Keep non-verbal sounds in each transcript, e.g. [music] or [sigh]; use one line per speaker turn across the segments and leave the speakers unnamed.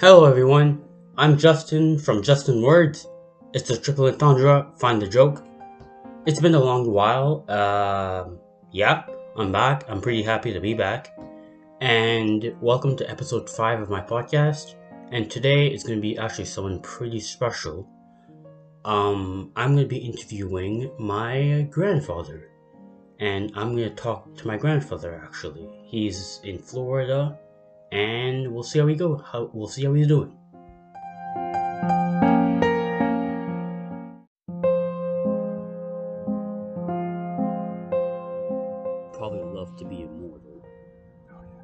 Hello everyone, I'm Justin from Justin Words. It's the triple entendre, find the joke. It's been a long while. Um, yeah, I'm back. I'm pretty happy to be back. And welcome to episode 5 of my podcast. And today is going to be actually someone pretty special. Um, I'm going to be interviewing my grandfather. And I'm going to talk to my grandfather actually. He's in Florida and we'll see how we go. How we'll see how he's doing. Probably love to be immortal.
Oh yeah.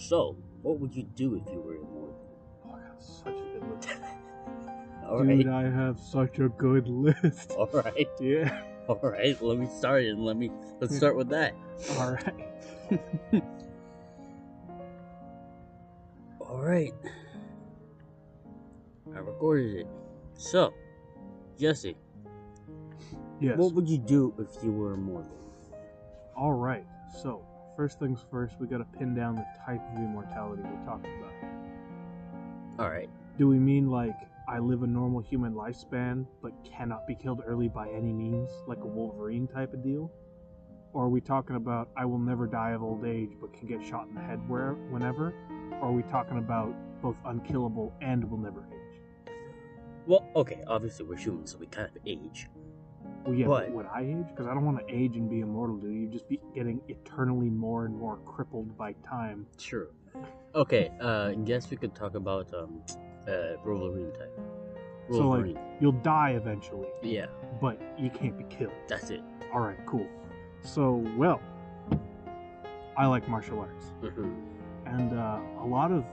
So, what would you do if you were immortal?
Oh, I have such a good list.
All right,
Dude,
[laughs]
I have such a good list.
all right,
[laughs] Yeah.
all right. Let me start it. and Let me let's start with that.
[laughs] All right.
All right, I recorded it. So, Jesse,
Yes.
what would you do if you were immortal?
All right. So, first things first, we got to pin down the type of immortality we're talking about.
All right.
Do we mean like I live a normal human lifespan but cannot be killed early by any means, like a Wolverine type of deal? Or are we talking about I will never die of old age but can get shot in the head where whenever? Or are we talking about both unkillable and will never age?
Well, okay. Obviously, we're humans, so we kind of age.
Well, yeah, but
But-
would I age? Because I don't want to age and be immortal, do you? You'd just be getting eternally more and more crippled by time.
True. Okay, uh, I guess we could talk about um, uh, Wolverine type.
So, like-
Wolverine.
You'll die eventually,
yeah,
but you can't be killed.
that's it.
All right, cool. So, well, I like martial arts,
Mhm.
and uh, a lot of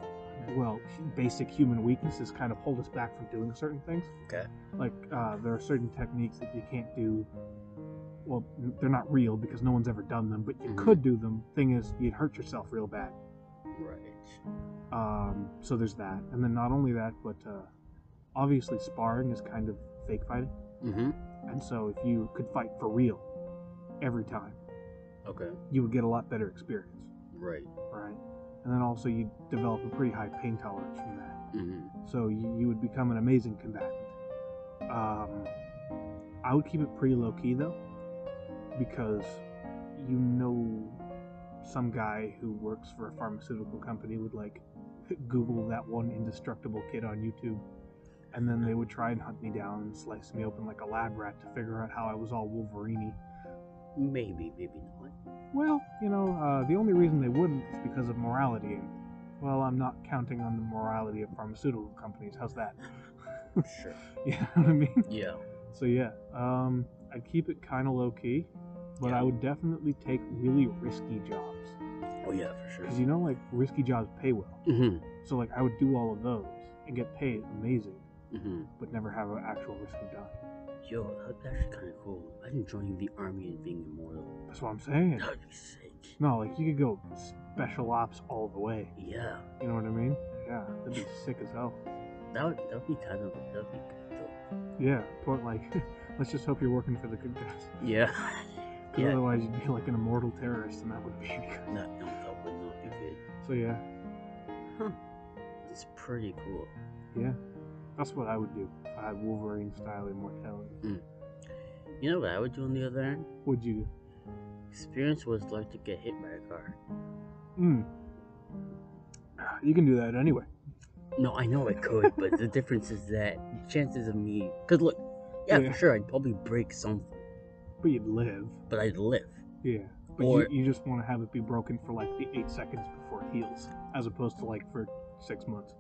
well, basic human weaknesses kind of hold us back from doing certain things.
Okay.
Like uh, there are certain techniques that you can't do. Well, they're not real because no one's ever done them, but you
Mhm.
could do them. Thing is, you'd hurt yourself real bad.
Right.
Um, so there's that, and then not only that, but uh, obviously sparring is kind of fake fighting,
Mm-hmm.
and so if you could fight for real every time,
Okay.
you would get a lot better experience,
Right.
right? And then also you develop a pretty high pain tolerance from that,
Mm-hmm.
so you, you would become an amazing combatant. Um, I would keep it pretty low key though, because you know some guy who works for a pharmaceutical company would like [laughs] Google that one indestructible kid on YouTube, and then they would try and hunt me down and slice me open like a lab rat to figure out how I was all Wolverine.
Maybe, maybe not.
Well, you know, uh, the only reason they wouldn't is because of morality. And well, I'm not counting on the morality of pharmaceutical companies. How's that? [laughs]
Sure.
You know what I mean?
Yeah.
So yeah, um, I'd keep it kind of low key, but
Yeah.
I would definitely take really risky jobs
Oh yeah, for sure.
because you know, like risky jobs pay well.
Mm-hmm.
So like I would do all of those and get paid amazing,
Mm-hmm.
but never have an actual risk of dying.
Yo, that'd be actually kind of cool. Imagine joining the army and being immortal.
That's what I'm saying.
That'd be sick.
No, like you could go special ops all the way.
Yeah.
You know what I mean? Yeah, that'd be sick as hell.
That would that would be kind of that'd be good though.
Yeah, but like, [laughs] let's just hope you're working for the good guys.
Yeah.
'Cause
[laughs] yeah.
otherwise you'd be like an immortal terrorist, and that would be. [laughs] good.
No, no, that would not be good.
So yeah,
Huh. It's pretty cool.
that's what I would do. if I had Wolverine style immortality.
You know what I would do on the other end?
Would you?
Experience was like to get hit by a car.
Mm. Ah, You can do that anyway.
No, I know I could, but
[laughs]
the difference is that chances of me. Because look, yeah,
Yeah.
for sure, I'd probably break something,
But you'd live.
but I'd live.
Yeah. But
Or-
you, you just want to have it be broken for like the eight seconds before it heals, as opposed to like for six months.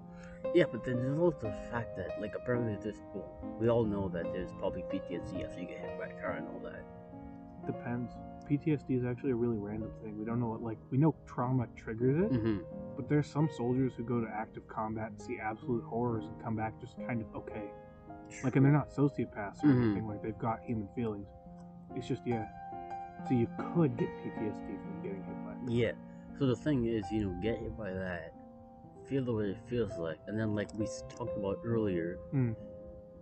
Yeah, but then there's also the fact that, like, apparently at this point, we all know that there's probably PTSD after you get hit by a car and all that.
Depends. PTSD is actually a really random thing. We don't know what like we know trauma triggers it,
Mm-hmm.
but there's some soldiers who go to active combat and see absolute horrors and come back just kind of okay. Like, and they're not sociopaths or
Mhm.
anything. Like, they've got human feelings. It's just yeah. So you could get PTSD from getting hit by. it.
Yeah. So the thing is, you know, get hit by that, feel the way it feels like, and then, like we s- talked about earlier,
Mm.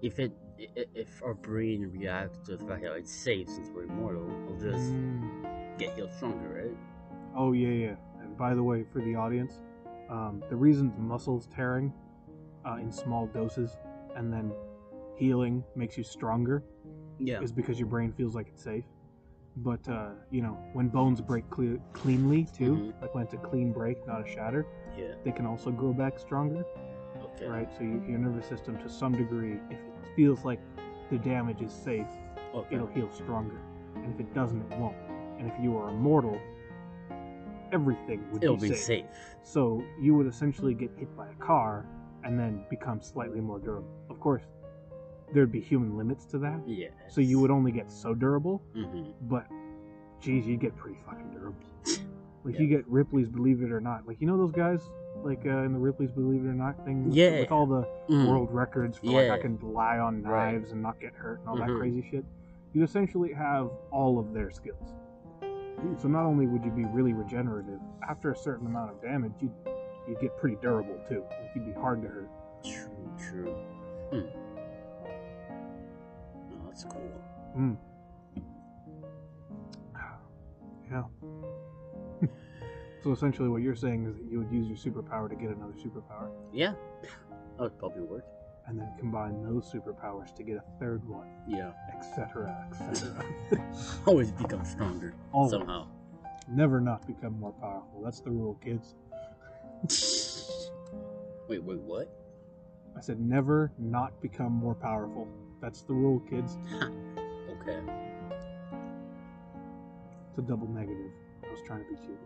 if it i- i- if our brain reacts to the fact that it's safe since we're immortal, we'll just
Mm.
get healed stronger, right?
Oh yeah, yeah. And by the way, for the audience, um, the reasons muscles tearing uh, in small doses, and then healing makes you stronger,
Yeah.
is because your brain feels like it's safe. But uh, you know, when bones break cle- cleanly too,
Mhm.
like when it's a clean break, not a shatter,
Yeah.
they can also grow back stronger,
Okay.
right? So you,
Mm-hmm.
your nervous system, to some degree, if it feels like the damage is safe,
Okay.
it'll heal stronger, and if it doesn't, it won't. And if you are immortal, everything would
It'll
be,
be safe.
safe. So you would essentially get hit by a car and then become slightly more durable. Of course, there'd be human limits to that.
Yeah.
So you would only get so durable,
hmm
but geez, you'd get pretty fucking durable.
[laughs]
Like you get Ripley's Believe It or Not. Like you know those guys, like uh, in the Ripley's Believe It or Not thing, with,
Yeah.
with all the
Mm.
world records for like
Yeah.
I can lie on
Right.
knives and not get hurt and all that
Mhm.
crazy shit. You essentially have all of their skills. So not only would you be really regenerative, after a certain amount of damage, you'd you'd get pretty durable too. Like you'd be hard to hurt. [sighs]
True. True. Mm. No, Oh, that's cool.
Yeah. [laughs] so essentially, what you're saying is that you would use your superpower to get another superpower,
Yeah. That would probably work.
and then combine those superpowers to get a third one,
Yeah.
etc., etc.
[laughs]
[laughs]
Always become stronger
Always.
somehow.
Never not become more powerful. That's the rule, kids.
wait. Wait. What?
I said never not become more powerful. That's the rule, kids.
Okay.
It's a double negative. I was trying to be cute.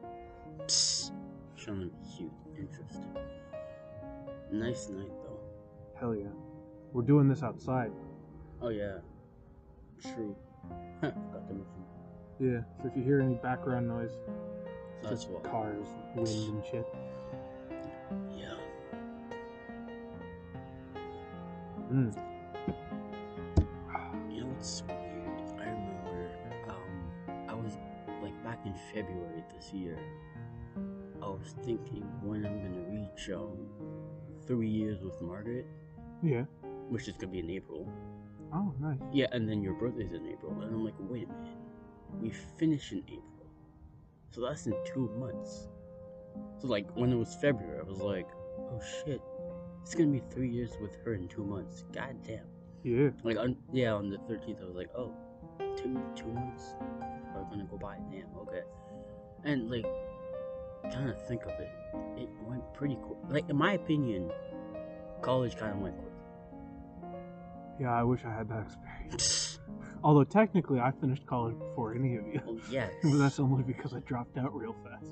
Showing cute. Interesting. Nice night though.
Hell yeah. We're doing this outside.
Oh yeah. True. Forgot to mention.
Yeah, so if you hear any background noise, it's
That's
just
why.
cars, wind, and shit.
Yeah.
Mm.
You know what's weird? I remember um, I was like back in February this year. I was thinking when I'm gonna reach um, three years with Margaret,
Yeah.
which is gonna be in April.
Oh, nice.
Yeah, and then your birthday's in April, and I'm like, wait a minute, we finish in April, so that's in two months. So like when it was February, I was like, oh shit, it's gonna be three years with her in two months. God damn.
Yeah.
Like on yeah, on the thirteenth, I was like, oh, two two months are gonna go by. Damn, okay. And like, kind of think of it, it went pretty quick. Like in my opinion, college kind of went quick. [laughs]
Yeah, I wish I had that [laughs] experience. Although technically, I finished college before any of you. [laughs]
well, Oh, yes.
but that's only because I dropped out real fast.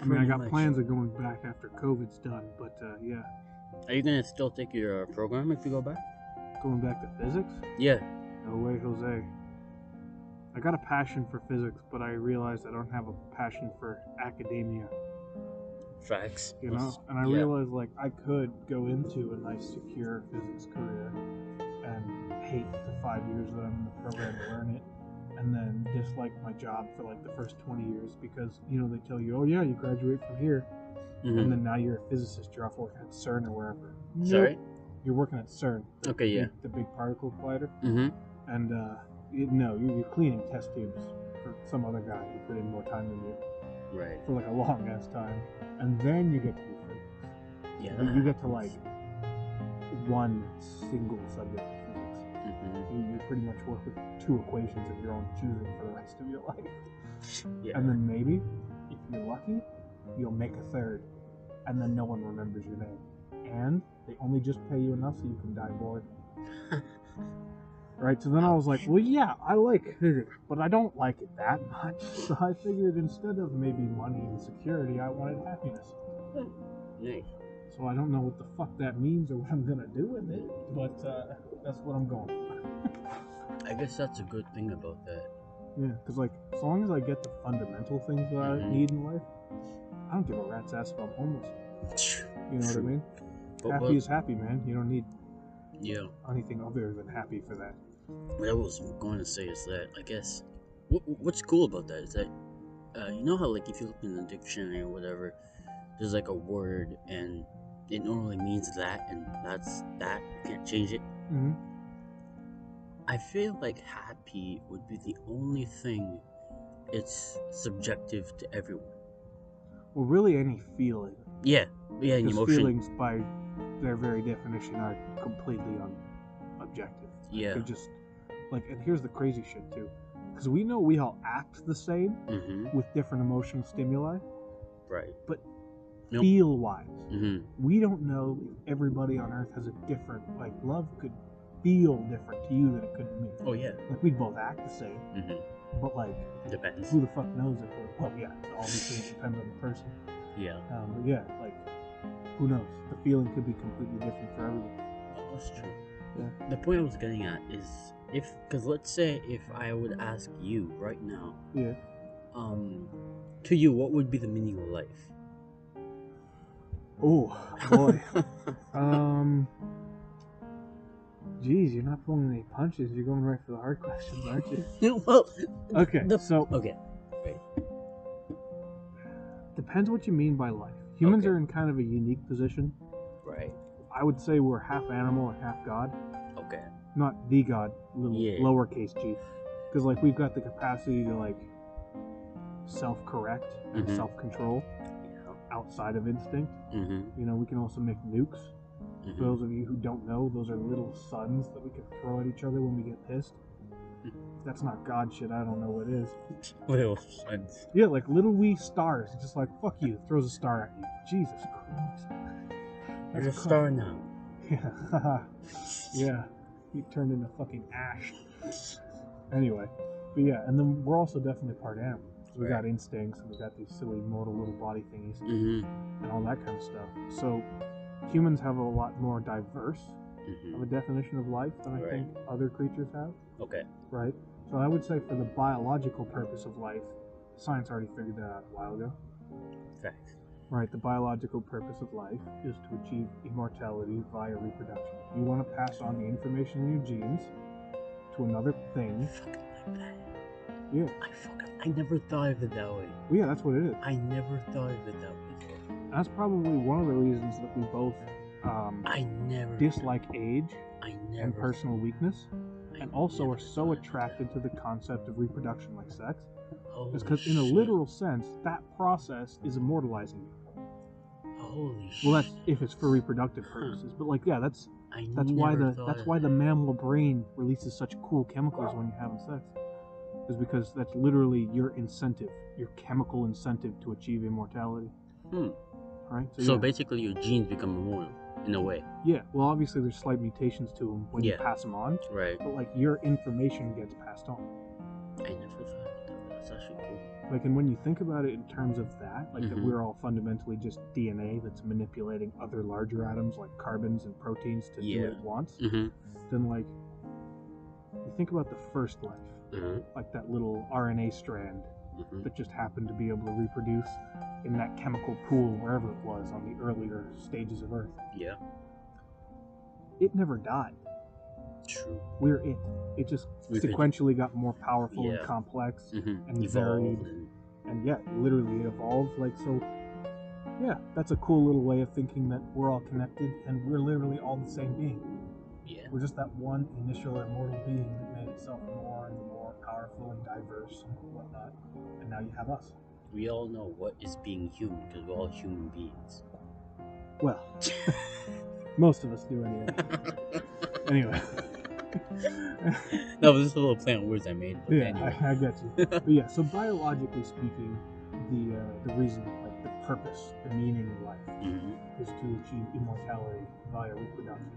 I mean, I
pretty
got
much.
plans of going back after COVID's done, but uh, yeah,
Are you gonna still take your uh, program if you go back?
going back to physics?
Yeah.
No way, Jose. I got a passion for physics, but I realized I don't have a passion for academia.
Facts.
you know and i
yeah.
realized like i could go into a nice secure physics career and hate the five years that i'm in the program to learn it and then dislike my job for like the first 20 years because you know they tell you oh yeah you graduate from here and
Mhm.
then now you're a physicist you're off working at cern or wherever
Sorry.
Nope, you're working at cern the
Okay. Yeah.
big- the big particle collider
Mhm.
and uh you, no you're, you're cleaning test tubes for some other guy who put in more time than you
Right.
for like a long ass time and then you get to do physics
Yeah.
but you get to like one single subject of physics.
Mhm.
You, you pretty much work with two equations of your own choosing for the rest of your [laughs] life.
Yeah.
And then maybe, if you're lucky, you'll make a third, and then no one remembers your name. And they only just pay you enough so you can die bored. right? So then I was like, well, yeah, I like physics, but I don't like it that much. [laughs] So I figured instead of maybe money and security, I wanted happiness.
Nice.
So I don't know what the fuck that means or what I'm gonna do with it, but uh, that's what I'm going for.
I guess that's a good thing about that.
Yeah, because like as long as I get the fundamental things that
Mhm.
I need in life, I don't give a rat's ass if I'm homeless. You know what I
True.
mean?
But
happy
what-
is happy, man. You don't need
yeah.
anything other than happy for that.
What I was going to say is that I guess what, what's cool about that is that uh, you know how like if you look in the dictionary or whatever, there's like a word and it normally means that and that's that. You can't change it.
Mm-hmm.
I feel like happy would be the only thing. It's subjective to everyone.
Well, really, any feeling.
Yeah, yeah, and
Because
emotion.
feelings by their very definition are completely un- objective.
Yeah.
They're just like, and here's the crazy shit too, because we know we all act the same
Mm-hmm.
with different emotional stimuli,
Right. Nope.
feel wise.
Mm-hmm.
we don't know if everybody on earth has a different like love could feel different to you than it could to me
Oh yeah.
like we'd both act the same
Mm-hmm.
but like
Depends.
who the fuck knows if we're well yeah obviously it depends on the person
Yeah.
um, but yeah like who knows the feeling could be completely different for everyone
Well, Oh, That's true.
Yeah.
The point I was getting at is if, because let's say if I would ask you right now,
yeah
um, to you, what would be the meaning of [laughs] life?
oh
[laughs]
boy um Jeez, you're not pulling any punches. You're going right for the hard [laughs] questions, aren't you?
well,
Okay,
The-
so
okay.
depends what you mean by life. Humans
Okay.
are in kind of a unique position
Right.
I would say we're half animal and half god.
Okay.
Not the god, little
Yeah.
lowercase g. Because, like, we've got the capacity to, like, self correct and
Mhm.
self control
Yeah.
outside of instinct.
Mm-hmm.
You know, we can also make nukes. For
[laughs] mm-hmm.
those of you who don't know, those are little suns that we can throw at each other when we get pissed. If that's not god shit, I don't know what is.
Little sons.
Yeah, like little wee stars. It's just like, fuck you, throws a star at you. Jesus Christ.
You're a
That's
star now.
[laughs] Yeah. yeah. He turned into fucking ash. Anyway. But yeah, and then we're also definitely part animal. So we
Right.
got instincts and we got these silly modal little body thingies
Mm-hmm.
and all that kind of stuff. So humans have a lot more diverse of
Mm-hmm.
a definition of life than I
Right.
think other creatures have,
Okay.
right? So I would say for the biological purpose of life, science already figured that out a while ago.
Facts.
Right, the biological purpose of life is to achieve immortality via reproduction. You want to pass on the information in your genes to another thing.
Fucking like that.
Yeah,
I fucking. I never thought of it that way.
well, yeah, that's what it is.
I never thought of it that way.
That's probably one of the reasons that we both um,
I never.
dislike age
I never.
and personal weakness,
I
and also
never
are so
thought of it
attracted to the concept of reproduction like sex,
that way. Holy
is because in a
shit.
literal sense, that process is immortalizing you.
Holy shit.
Well, that's if it's for reproductive purposes, but like, yeah, that's
I
That's why
Hmm. never
the
thought
that's
of
why the
that.
mammal brain releases such cool chemicals when you're having sex. Is because that's literally your incentive, your chemical incentive to achieve immortality.
Hmm.
Right?
So
yeah.
basically, your genes become immortal in a way,
yeah. Well, obviously there's slight mutations to them when you
Yeah.
pass them on,
right?
but like your information gets passed on.
I never thought about that. but That's actually cool.
Like, and when you think about it in terms of that, like that
Mhm.
we're all fundamentally just DNA that's manipulating other larger atoms like carbons and proteins to do what
Yeah.
it wants,
Mm-hmm.
then like you think about the first life.
Mm-hmm.
like that little RNA strand
Mm-hmm.
that just happened to be able to reproduce in that chemical pool wherever it was on the earlier stages of Earth.
Yeah.
It never died.
True.
We're it. It just
We could-
sequentially got more powerful
Yeah.
and complex,
Mm-hmm.
And
Evolved.
varied.
And,
and yet literally it evolved. Like so, yeah, that's a cool little way of thinking that we're all connected and we're literally all the same being.
yeah.
We're just that one initial immortal being that made itself more and more powerful and diverse and whatnot. And now you have us.
We all know what is being human because we're all human beings.
Well, most of us
[laughs]
do anyway. Anyway.
no, but this is a little play on words I made. But
yeah,
anyway.
I, I get you. But yeah, so biologically speaking, the uh, the reason, like the purpose, the meaning in life
hmm
is to achieve immortality via reproduction.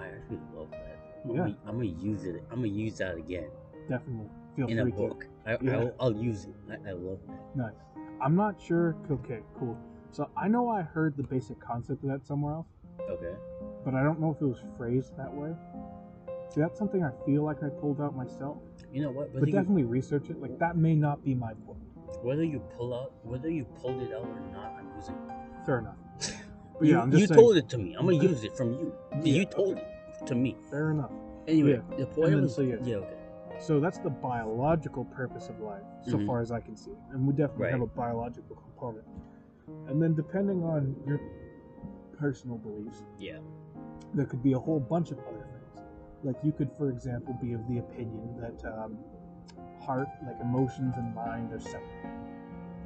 I actually love that. I'm,
Yeah,
gonna, I'm gonna use it. I'm gonna use that again
definitely. Feel
in a
free
book. I,
Yeah.
I'll, I'll use it. I, I love that.
to. Nice. I'm not sure. Okay, cool. So I know I heard the basic concept of that somewhere else,
Okay.
but I don't know if it was phrased that way. See, that's something I feel like I pulled out myself.
You know what? Whether,
But
you,
definitely research it. Like that may not be my book.
whether you pull out, whether you pulled it out or not, I'm using. it. [laughs]
Fair enough. But
you
yeah, I'm just
you
saying,
told it to me. I'm gonna use it from you.
Yeah,
you told it to me.
Fair enough.
Anyway, the point
And then
was
so, yeah.
yeah, okay.
So that's the biological purpose of life, so
Mhm.
far as I can see. And we definitely
Right.
have a biological component. And then depending on your personal beliefs,
Yeah.
there could be a whole bunch of other things. Like you could, for example, be of the opinion that um, heart, like emotions and mind, are separate.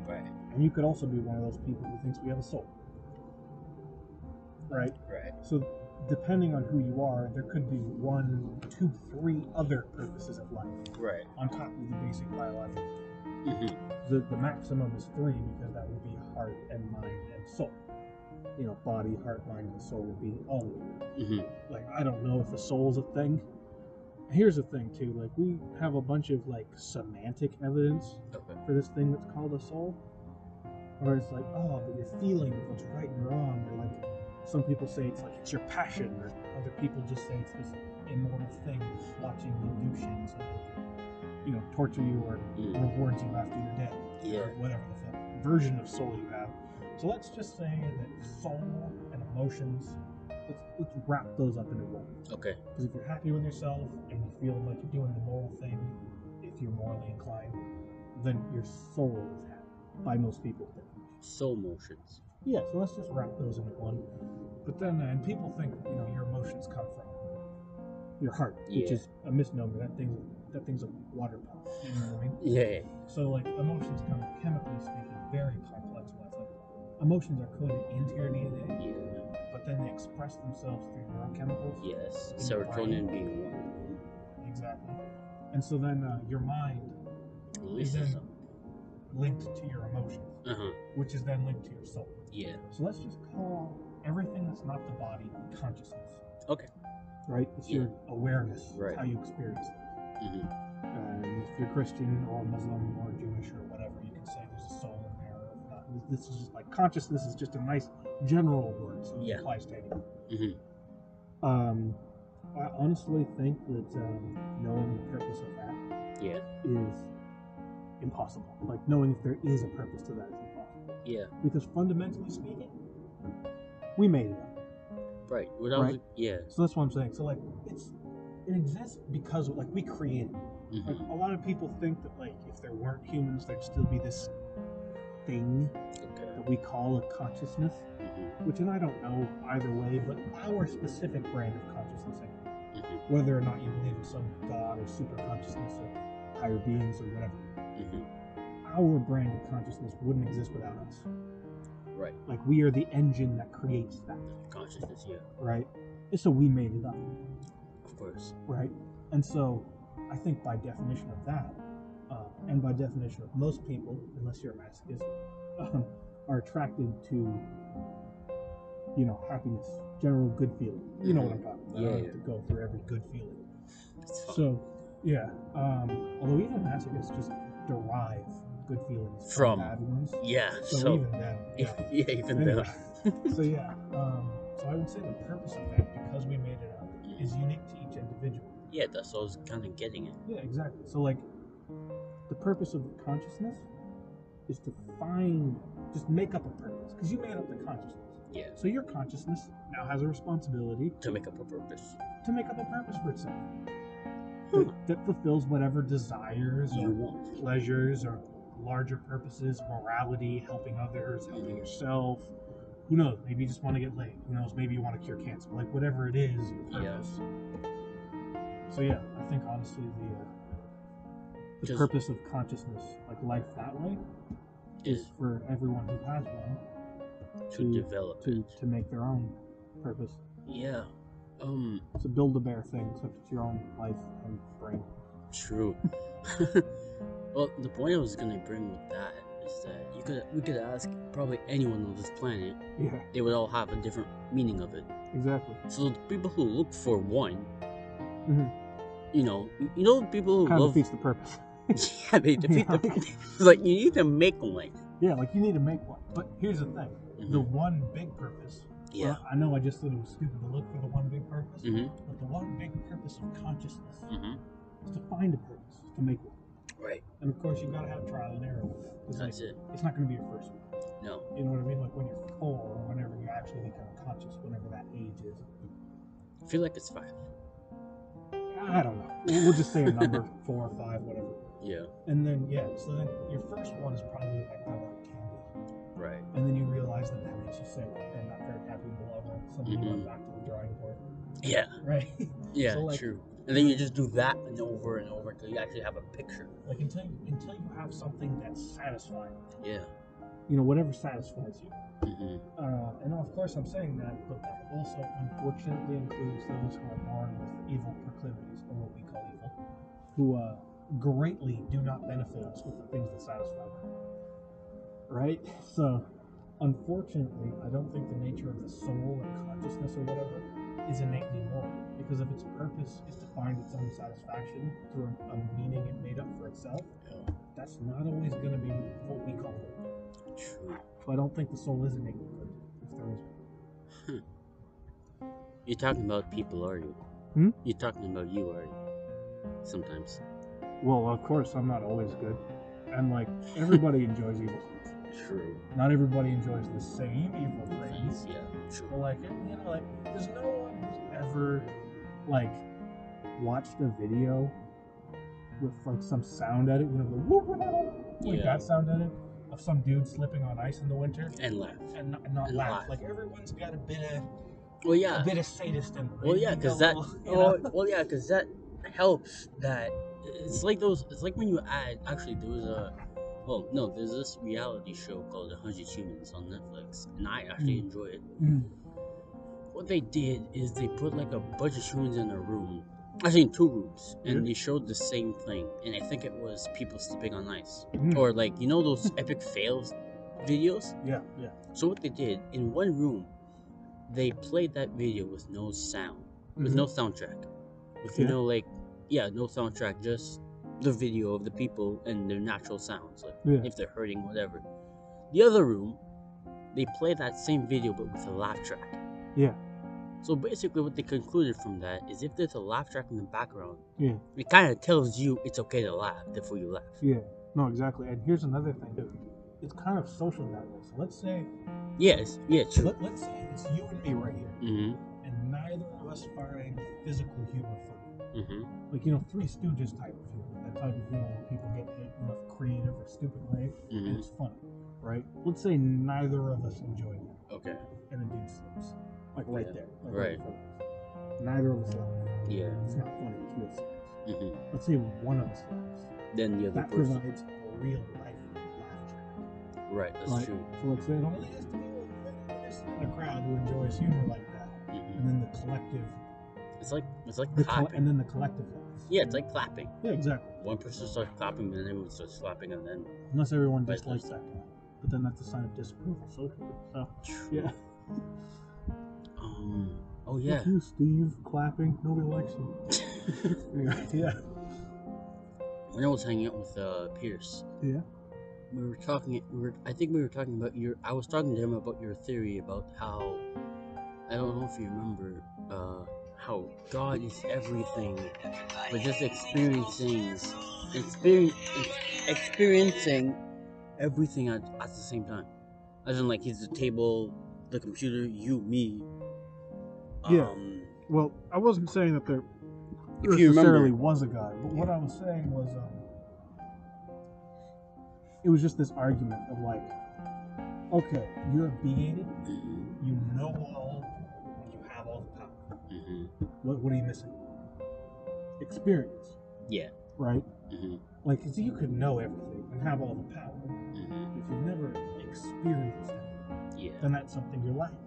Right.
And you could also be one of those people who thinks we have a soul. right?
Right.
So, depending on who you are, there could be one, two, three other purposes of life
Right.
on top of the basic biological.
Mhm.
The, the maximum is three because that would be heart and mind and soul. You know, body, heart, mind, and soul would be all of it.
Mhm.
like I don't know if a soul's a thing. Here's the thing too, like we have a bunch of like semantic evidence
Okay.
for this thing that's called a soul. Or it's like, oh, but your feeling of what's right and wrong, or like some people say it's like it's your passion, or other people just say it's this immortal thing that's watching you do shit and so they, you know, torture you or
Mm.
rewards you after you're dead
Yeah.
or whatever the fuck version of soul you have. So let's just say that soul and emotions, let's, let's wrap those up into one.
Okay.
Because if you're happy with yourself and you feel like you're doing the moral thing, if you're morally inclined, then your soul is happy by most people.
Soul motions.
Yeah, so let's just wrap those into one. But then, uh, and people think you know your emotions come from your heart, which
Yeah.
is a misnomer. That thing, that thing's a water pump. You know what I mean?
Yeah.
So like emotions come chemically speaking very complex ones. Like emotions are coded into your DNA,
Yeah.
but then they express themselves through neurochemicals.
Yes. Serotonin being one. of them.
Exactly. And so then uh, your mind
At
Mm-hmm.
least that's something.
linked to your emotions,
Uh huh.
which is then linked to your soul.
Yeah.
So let's just call everything that's not the body consciousness.
Okay.
Right? It's
Yeah.
your awareness.
Right.
How you experience it.
hmm
And Um, if you're Christian or Muslim or Jewish or whatever, you can say there's a soul in there. Or not. This is just like consciousness is just a nice general word, so it
Yeah.
applies to anyone.
Mhm.
Um, I honestly think that um, knowing the purpose of that
Yeah.
is impossible. Like knowing if there is a purpose to that is impossible
Yeah.
because fundamentally speaking, we made it up.
Right. Without.
Right.
Yeah.
So that's what I'm saying. So like, it's it exists because like we created. it. Like
hmm
a lot of people think that like if there weren't humans, there'd still be this thing
Okay.
that we call a consciousness,
hmm
which and I don't know either way, but our specific brand of consciousness, like,
Mhm.
whether or not you believe in some god or super consciousness or higher beings or whatever,
hmm
our brand of consciousness wouldn't exist without us.
Right.
Like we are the engine that creates that,
Consciousness. Yeah.
right? And so we made it up.
Of course.
right? And so, I think by definition of that, uh, and by definition of most people, unless you're a masochist, um, are attracted to, you know, happiness, general good feeling. You know what I'm talking about. I don't
Yeah.
have to go through every good feeling.
It's fun.
So, yeah. Um, although even masochists just derive good feelings
From.
from, bad ones.
yeah.
So,
So.
even then,
[laughs] Yeah.
yeah.
even though. [laughs]
so yeah. Um, so I would say the purpose of that, because we made it up, is unique to each individual.
Yeah. That's what I was kind of getting it.
Yeah, exactly. So, like, the purpose of the consciousness is to find, just make up a purpose, because you made up the consciousness.
Yeah.
So, your consciousness now has a responsibility
To make up a purpose.
to make up a purpose for itself
Hmm.
that, that fulfills whatever desires
You
or
want.
pleasures or larger purposes, morality, helping others, helping yourself. Who knows? Maybe you just want to get laid. Who knows? Maybe you want to cure cancer. Like, whatever it is, your
Yeah.
purpose. So, yeah, I think honestly, the. Uh, the
Just-
purpose of consciousness, like life that way,
Is
for everyone who has one
to
to-
develop
to
it.
to make their own purpose.
Yeah. Um.
It's a build a bear thing, except it's your own life and brain.
True. [laughs] well, the point I was gonna bring with that is that you could we could ask probably anyone on this planet,
Yeah,
they would all have a different meaning of it.
exactly.
So the people who look for one,
Mhm.
you know, you know, the people who
Kind of
love,
defeats the purpose.
[laughs] yeah, they defeat the it's like you need to make one.
Yeah, like you need to make one. But here's the thing: the
Mhm.
one big purpose.
Yeah.
well, I know I just said it was stupid to look for the one big purpose,
Mhm.
but the one big purpose of consciousness
Mhm.
is to find a purpose, to make one.
Right.
And of course, you've got to have trial and error. with it, 'cause, like,
That's it.
it's not going to be your first one.
No.
You know what I mean? Like when you're four, or whenever you actually become conscious, whenever that age is.
I feel like it's five.
I don't know. We'll we'll just say a number, four or five, whatever.
Yeah.
And then yeah, so then your first one is probably like kind of like candy,
Right.
and then you realize that that makes you sick and not very happy in the long run. So then you went back to the drawing board,
Yeah.
right? [laughs]
Yeah.
So, like-
true. And then you just do that and over and over until you actually have a picture.
like until you, until you have something that's satisfying,
Yeah.
you know, whatever satisfies you.
Mhm. Mm.
Uh, and of course, I'm saying that, but that also unfortunately includes those who are born with evil proclivities, or what we call evil, who uh, greatly do not benefit us with the things that satisfy them. Right? So, unfortunately, I don't think the nature of the soul or consciousness or whatever is innately moral, because if its purpose is to find its own satisfaction through a meaning it made up for itself, that's not always going to be what we call it.
True.
So I don't think the soul is innately good, if there is
You're talking about people, are you?
Hmm?
You're talking about you, are you? Sometimes.
Well, of course, I'm not always good. And, like,
[laughs]
everybody enjoys evil things.
True.
Not everybody enjoys the same evil things.
Yeah,
But
true.
like, you know, like, there's no one who's ever, like, watched a video with, like, some sound edit, you know, the whoop, whoop, whoop, like
Yeah.
that sound edit of some dude slipping on ice in the winter
And laugh.
and not, and not
And
laugh.
laugh.
Like, everyone's got a bit of,
Well,
a
yeah.
bit of sadist in them.
Well, yeah,
You
'cause
know,
that- [laughs]
you know?
Oh, well, yeah, because that helps. That it's like those. It's like when you add. Actually, there was a. Well, no, there's this reality show called A Hundred Humans on Netflix, and I actually
Mm.
enjoy it.
Mm.
What they did is they put like a bunch of humans in a room, actually in two rooms, and
Yeah.
they showed the same thing. And I think it was people sleeping on ice,
Mm.
or like you know
[laughs]
those epic fails videos.
Yeah, yeah.
So what they did in one room, they played that video with no sound, with
Mm-hmm.
Mhm.
no soundtrack, with
Yeah.
no like, yeah, no soundtrack, just the video of the people and their natural sounds, like
Yeah.
if they're hurting, whatever. The other room, they play that same video but with a laugh track.
Yeah.
So basically, what they concluded from that is if there's a laugh track in the background,
Yeah.
it kind of tells you it's okay to laugh, therefore you laugh.
Yeah. No, exactly. And here's another thing, too.
It's kind of social that way. So let's say,
Yes, yeah, true.
let, let's say it's you and me right here.
Mm
and neither of us find physical humor funny.
hmm. Mm
Like, you know, Three Stooges type of humor, that type of humor where people get hit in a creative or stupid way,
hmm. Mm
and
hmm.
it's funny, right? Let's say neither of us enjoyed it,
Okay.
and the dude slips. Like, right
Yeah,
there. Like
right.
in front of us. Neither of us laughs.
Yeah.
It's not funny, it's real serious.
Mm hmm.
Let's say one of us laughs.
Then the other
That
person.
provides a real life laugh track.
Right, that's
Like-
true.
So, let's say,
It only has to be one person in a crowd who enjoys humor like that,
hmm
and then the collective,
It's like it's like
the coll-
clapping.
and then the collective laughs.
yeah, it's like clapping.
Yeah, exactly.
One person starts clapping, and then everyone starts clapping, and then
Unless everyone
Right,
dislikes that guy. But then that's a sign of disapproval socially. So, yeah.
[laughs] um, oh yeah,
Look you, Steve, clapping. Nobody likes you.
[laughs]
[laughs] Yeah. yeah.
when I was hanging out with uh, Pierce,
Yeah.
we were talking. We were, I think we were talking about your. I was talking to him about your theory about how I don't know if you remember uh, how God is everything, but just experiencing, experience, experiencing everything at, at the same time. As in, like, he's the table, the computer, you, me.
Yeah.
Um,
Well, I wasn't saying that there
If you remember-
necessarily was a god,
But
but
what I was saying was, um, it was just this argument of like, okay, you're being,
mhm,
you know all, and you have all the power.
mhm,
What, what are you missing? Experience,
Yeah.
right?
mhm,
Like, so you could know everything and have all the power.
mhm,
If you've never experienced it,
Yeah.
then that's something you're lacking.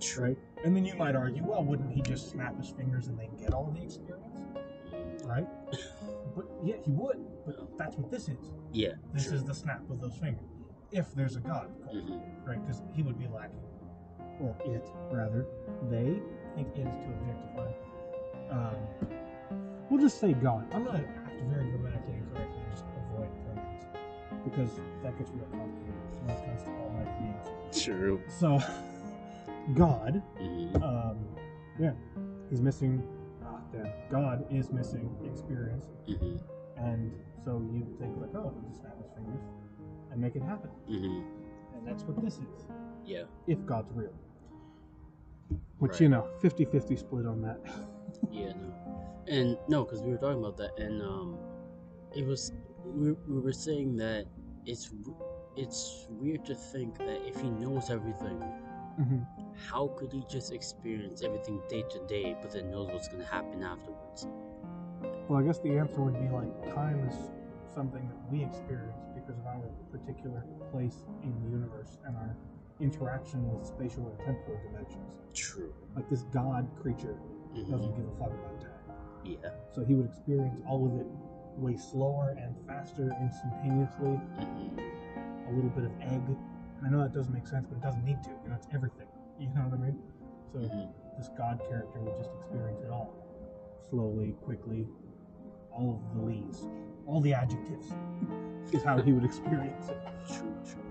True.
right? And then you might argue, well, wouldn't he just snap his fingers and then get all the experience,
mm-hmm.
right? but yeah, he would. But that's what this is.
Yeah.
This
True.
is the snap of those fingers. If there's a god, of course,
Mhm,
right? Because he would be lacking, or it rather, they. I think it is too objectify. Um, we'll just say god. I'm gonna act very grammatically incorrect and just avoid pronouns because that gets real complicated when it comes to all my beings.
True.
So, [laughs] god
mhm,
um, yeah, he's missing. Ah, damn. God is missing experience,
mhm,
and so you think like, oh, he'll just snap his fingers and make it happen,
mhm,
and that's what this is.
Yeah.
If God's real,
Which,
Right.
you know, 50 50 split on
[laughs]
that.
Yeah, no. And no, because we were talking about that, and um, it was we, we were saying that it's it's weird to think that if he knows everything,
Mm-hmm.
Mhm.
how could he just experience everything day to day, but then knows what's gonna happen afterwards?
Well, I guess the answer would be like time is something that we experience because of our particular place in the universe and our interaction with spatial and temporal dimensions.
True.
Like this god creature
Mhm.
doesn't give a fuck about time.
Yeah.
So he would experience all of it way slower and faster instantaneously.
Mhm.
A little bit of egg. And I know that doesn't make sense, but it doesn't need to. You know, it's everything. You know what I mean? So
Mhm.
this god character would just experience it all slowly, quickly, all of the leaves, all the adjectives [laughs] is how he would experience it.
True. True.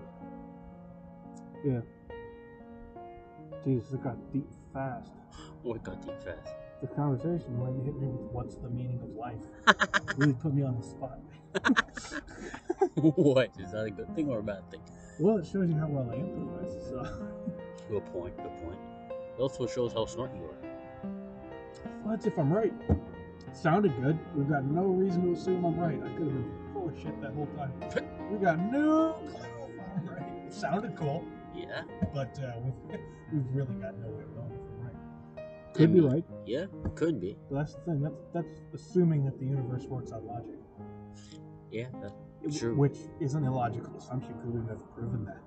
Jesus, it got deep fast.
Oh, it got deep fast.
The conversation when you hit me with what's the meaning of life really put me on the spot.
what is that a good thing or a bad thing?
Well, it shows you how well I improvise. So,
Good point. Good point. It also shows how smart you are.
well, that's if I'm right. It sounded good. We've got no reason to assume I'm right. I could have been full of shit that whole time. We got no clue if I'm right. It sounded cool,
Yeah.
but uh, [laughs] we've, we've really got no way of knowing if I'm right.
I
Could be
mean,
right.
Yeah. Could be.
But that's the thing. That's that's assuming that the universe works on logic.
Yeah. That,
w-
True.
Which is an illogical assumption because we've never proven that.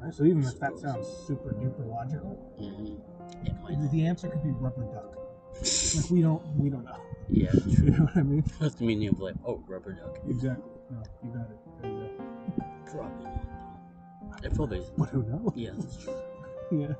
Right. So even if that
Suppose.
sounds super duper logical,
mhm.
Mm-hmm.
It might.
the answer could be rubber duck. Like we don't we don't know. [laughs]
Yeah.
You
True. [laughs]
know what I mean?
That's the meaning of life. Oh, rubber duck.
Exactly. No, you got it. There you go.
Probably not. It probably is.
But who knows?
Yeah, that's true.
[laughs] Yeah.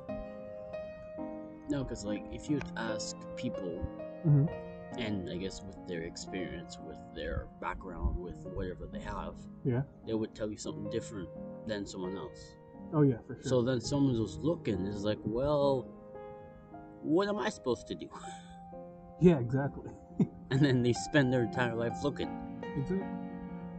No, because like if you'd ask people,
Mhm.
and I guess with their experience, with their background, with whatever they have,
Yeah.
they would tell you something different than someone else.
Oh yeah, for sure.
So then someone who's looking is like, well, what am I supposed to do? [laughs]
yeah, exactly.
And then they spend their entire life looking.
Exactly.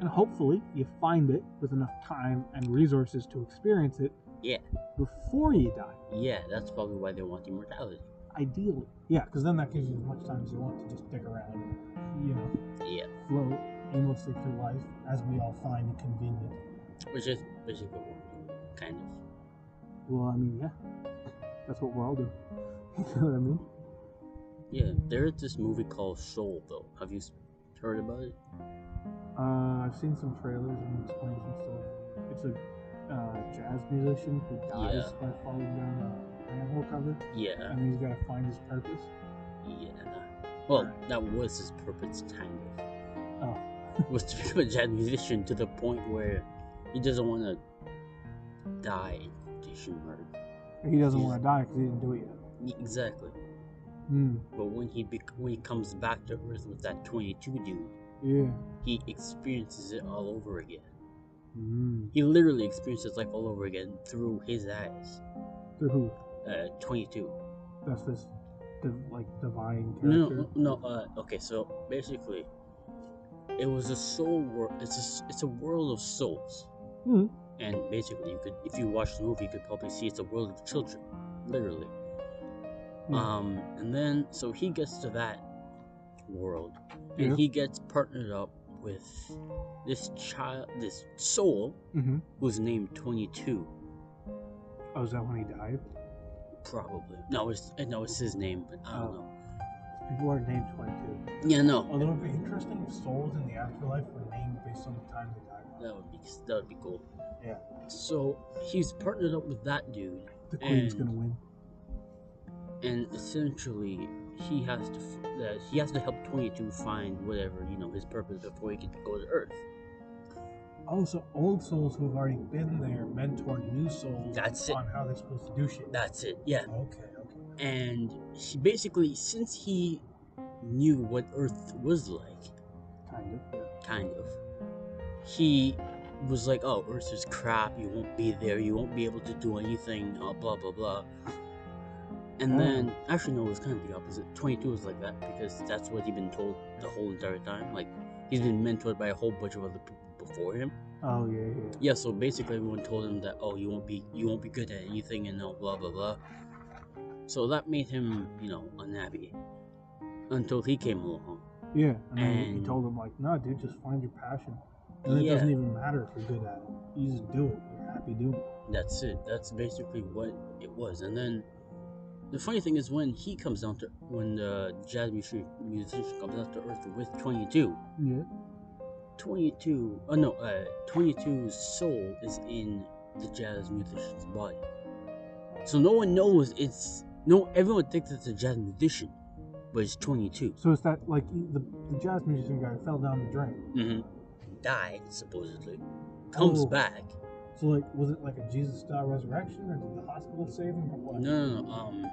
And hopefully you find it with enough time and resources to experience it.
Yeah.
Before you die.
Yeah, that's probably why they want immortality.
ideally. Yeah, because then that gives you as much time as you want to just dig around and, you know,
Yeah,
float aimlessly through life as we all find it convenient.
which is basically what we're doing, kind of.
Well, I mean, yeah. That's what we're all doing. [laughs] You know what I mean?
Yeah, there is this movie called Soul, though. Have you s- heard about it?
Uh, I've seen some trailers and explains and stuff. It's a uh, jazz musician who dies
Yeah.
by falling down a manhole cover,
Yeah,
and he's got to find his purpose.
yeah. Well, that was his purpose, kind of.
Oh,
[laughs] was to become a jazz musician to the point where he doesn't want to die in quotation mark.
he doesn't want to die because he didn't do it yet.
Y- E, Exactly.
Hmm.
But when he bec- when he comes back to Earth with that 22 dude,
Yeah.
he experiences it all over again.
Hmm.
He literally experiences life all over again through his eyes.
Through who?
Uh, 22.
That's this, div- like, divine
No,
character.
no, no. Uh, okay, so basically, it was a soul world. It's a s- it's a world of souls.
Mhm.
And basically, you could if you watch the movie, you could probably see it's a world of children, literally.
Yeah.
Um, and then so he gets to that world, and
Yeah.
he gets partnered up with this child, this soul
Mm-hmm.
who's named Twenty Two,
Oh, is that when he died? probably.
No, it's uh, no, it's his name, but I don't
Oh.
know.
People are named 22.
Yeah, no,
Although it'd be interesting if souls in the afterlife were named based on the time they died.
that would be that would be cool.
Yeah.
So he's partnered up with that dude.
The queen's
And-
gonna win.
and essentially he has to f- uh, he has to help 22 find whatever you know his purpose before he can go to earth
Also, Oh, old souls who have already been there mentor new souls
That's it.
on how they're supposed to do shit.
that's it yeah
okay, okay.
and he basically since he knew what earth was like
Kind of, yeah.
kind of he was like oh earth is crap you won't be there you won't be able to do anything uh, blah blah blah and
Oh.
then actually no it was kind of the opposite 22 was like that because that's what he'd been told the whole entire time like he's been mentored by a whole bunch of other people before him
Oh, yeah, yeah.
Yeah, so basically everyone told him that oh you won't be you won't be good at anything and no blah blah blah. So that made him, you know, unhappy. Until he came along.
Yeah, and then he
And-
told him, like, no, dude, just find your passion. And it
Yeah.
doesn't even matter if you're good at it. You just do it. You're happy doing it.
That's it. That's basically what it was. And then the funny thing is when he comes down to when the jazz musician musician comes down to earth with 22,
Yeah.
22 oh no, uh 22's soul is in the jazz musician's body. So no one knows it's no everyone thinks it's a jazz musician, but it's 22.
So it's that like the, the jazz musician guy fell down the drain.
Mm-hmm. Died supposedly, comes
Oh.
back.
So like, was it like a Jesus style resurrection, or did the hospital save him, or what?
No, no, no. Um,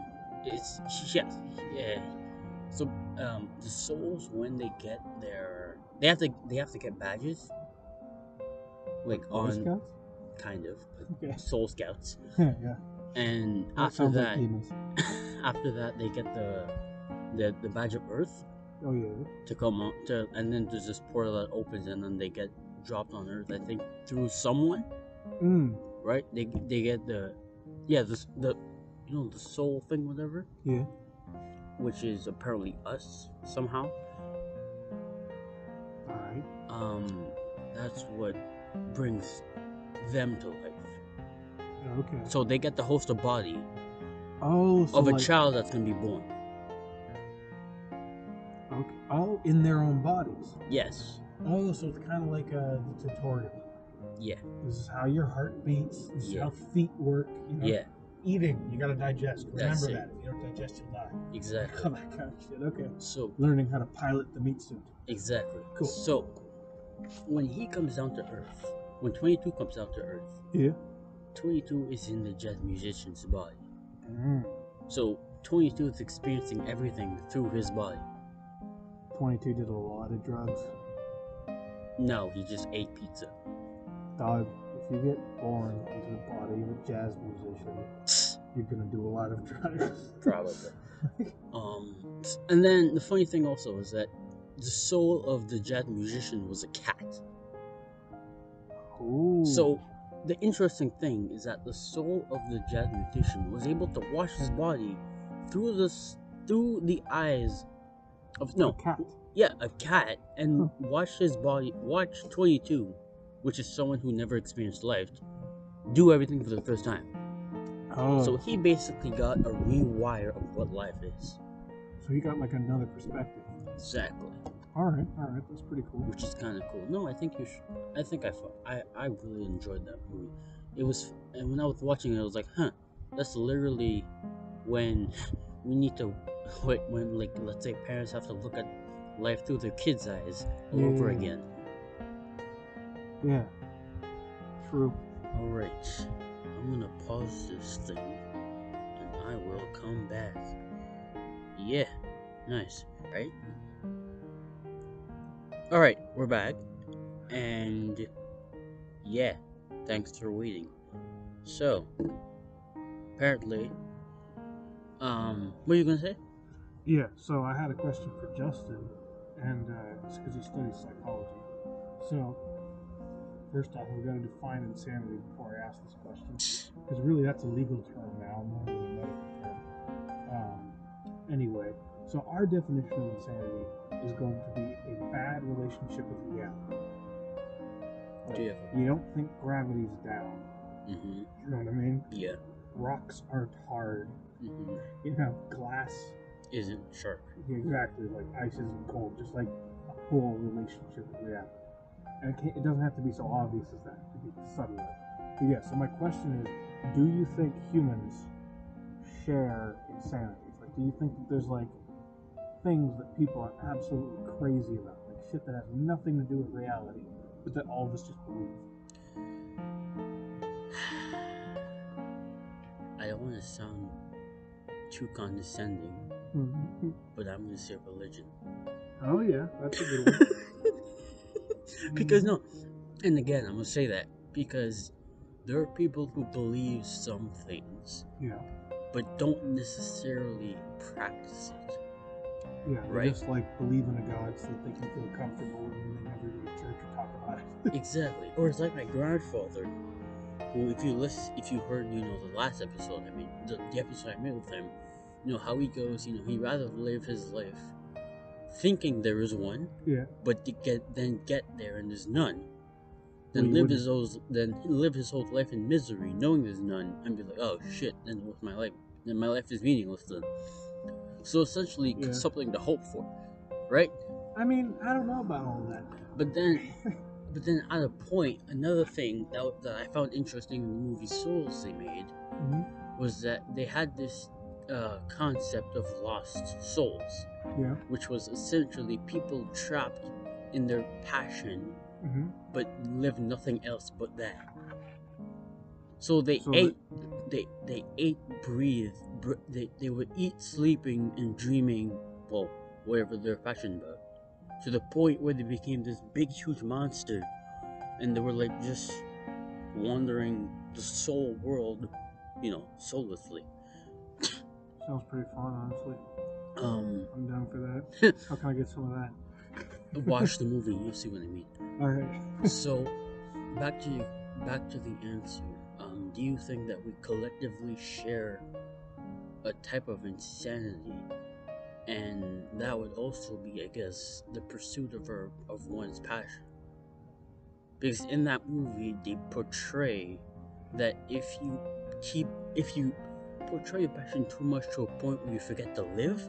it's yes, yeah. So um, the souls when they get their they have to they have to get badges. Like
Boy [laughs]
on
Scouts?
kind of but
Okay.
soul scouts,
yeah, yeah.
and
That
after
sounds like
that,
demons.
[laughs] after that they get the the the badge of Earth
Oh yeah.
to come on to, and then there's this portal that opens and then they get dropped on Earth. I think through someone,
Mm.
right? They they get the yeah the the you know the soul thing whatever.
Yeah.
which is apparently us somehow.
All right.
Um, that's what brings them to life.
Okay.
So they get to host a body
Oh, so
of a
like-
child that's gonna be born.
Okay.
Oh, in their own bodies.
Yes.
Oh, so it's kind of like a tutorial.
Yeah.
This is how your heart beats. This
Yeah.
is how feet work. You know?
Yeah.
Eating, you gotta digest.
That's
Remember
it.
that. If you don't digest, you'll die. Oh
[laughs]
Exactly.
my gosh, shit. Okay.
So
Learning how to pilot the meat suit.
exactly.
Cool.
So when he comes down to Earth, when 22 comes down to Earth,
Yeah.
22 is in the jazz musician's body.
Mm.
So 22 is experiencing everything through his body.
Twenty-two did a lot of drugs.
No, he just ate pizza.
Dog, if you get born into the body of a jazz musician, you're gonna do a lot of [laughs] drugs.
Probably. um, and then the funny thing also is that the soul of the jazz musician was a cat.
Ooh.
So the interesting thing is that the soul of the jazz musician was able to wash his body through the s- through the eyes of
A
no
cat.
yeah a cat and
Huh.
watch his body watch 22 which is someone who never experienced life do everything for the first time
Oh.
so he basically got a rewire of what life is
So he got like another perspective.
exactly
All right, all right, that's pretty cool.
which is kind of cool. No, I think you should. I think I fu- I I really enjoyed that movie. It was, and when I was watching it, I was like, huh, that's literally when [laughs] we need to [laughs] when, when like let's say parents have to look at life through their kids' eyes all over
Yeah.
again.
Yeah. True.
All right, I'm gonna pause this thing, and I will come back. Yeah, nice, right? All right, we're back, and yeah, thanks for waiting. So, apparently, um, what are you gonna say?
Yeah, so I had a question for Justin, and uh, it's because he studies psychology. So, first off, we got to define insanity before I ask this question, because really that's a legal term now more than a medical term. Um, anyway, so our definition of insanity is going to be a bad relationship with reality.
Do you
You don't think gravity's down,
Mm-hmm.
you know what I mean?
Yeah.
Rocks aren't hard,
Mm-hmm.
you know, glass
Isn't sharp. [sighs]
Yeah, exactly. Like ice isn't cold, just like a whole relationship with reality. And it, can't, it doesn't have to be so obvious as that. It could be subtle. But yeah, so my question is do you think humans share insanities? Like, do you think that there's like things that people are absolutely crazy about? Like shit that has nothing to do with reality, but that all of us just believe?
I don't want to sound too condescending, but I'm gonna say religion.
Mm-hmm. Oh, yeah, that's a good one.
[laughs] because
Mm.
no, and again, I'm gonna say that because there are people who believe some things,
Yeah.
but don't necessarily practice it.
Yeah, they
Right.
just like believe in a god so that they can feel comfortable and then they never go to church or talk about it.
Exactly, or it's like my grandfather, who, if you listen, if you heard, you know, the last episode, I mean, the, the episode I made with him, you know how he goes, you know, he rather live his life thinking there is one,
Yeah.
but to get then get there and there's none. Then
Well, you
live
wouldn't-
his whole then live his whole life in misery, knowing there's none, and be like, oh shit, then what's my life? Then my life is meaningless. Then, so essentially,
Yeah.
something to hope for, right?
I mean, I don't know about all that.
But then, But then at a point, another thing that, that I found interesting in the movie Souls they made
Mhm.
was that they had this uh, concept of lost souls,
Yeah.
which was essentially people trapped in their passion
Mm-hmm.
but live nothing else but that. So they
So
ate, they they ate, breathe. Br- they they would eat, sleeping and dreaming. Well, whatever their passion was, to the point where they became this big, huge monster, and they were like just wandering the soul world, you know, soullessly.
Sounds pretty fun, honestly.
Um,
I'm down for
[laughs]
that. How can I get some of that?
watch the movie, you'll see what I mean.
All right.
so back to you back to the answer um, do you think that we collectively share a type of insanity and that would also be i guess the pursuit of her of one's passion because in that movie they portray that if you keep if you portray your passion too much to a point where you forget to live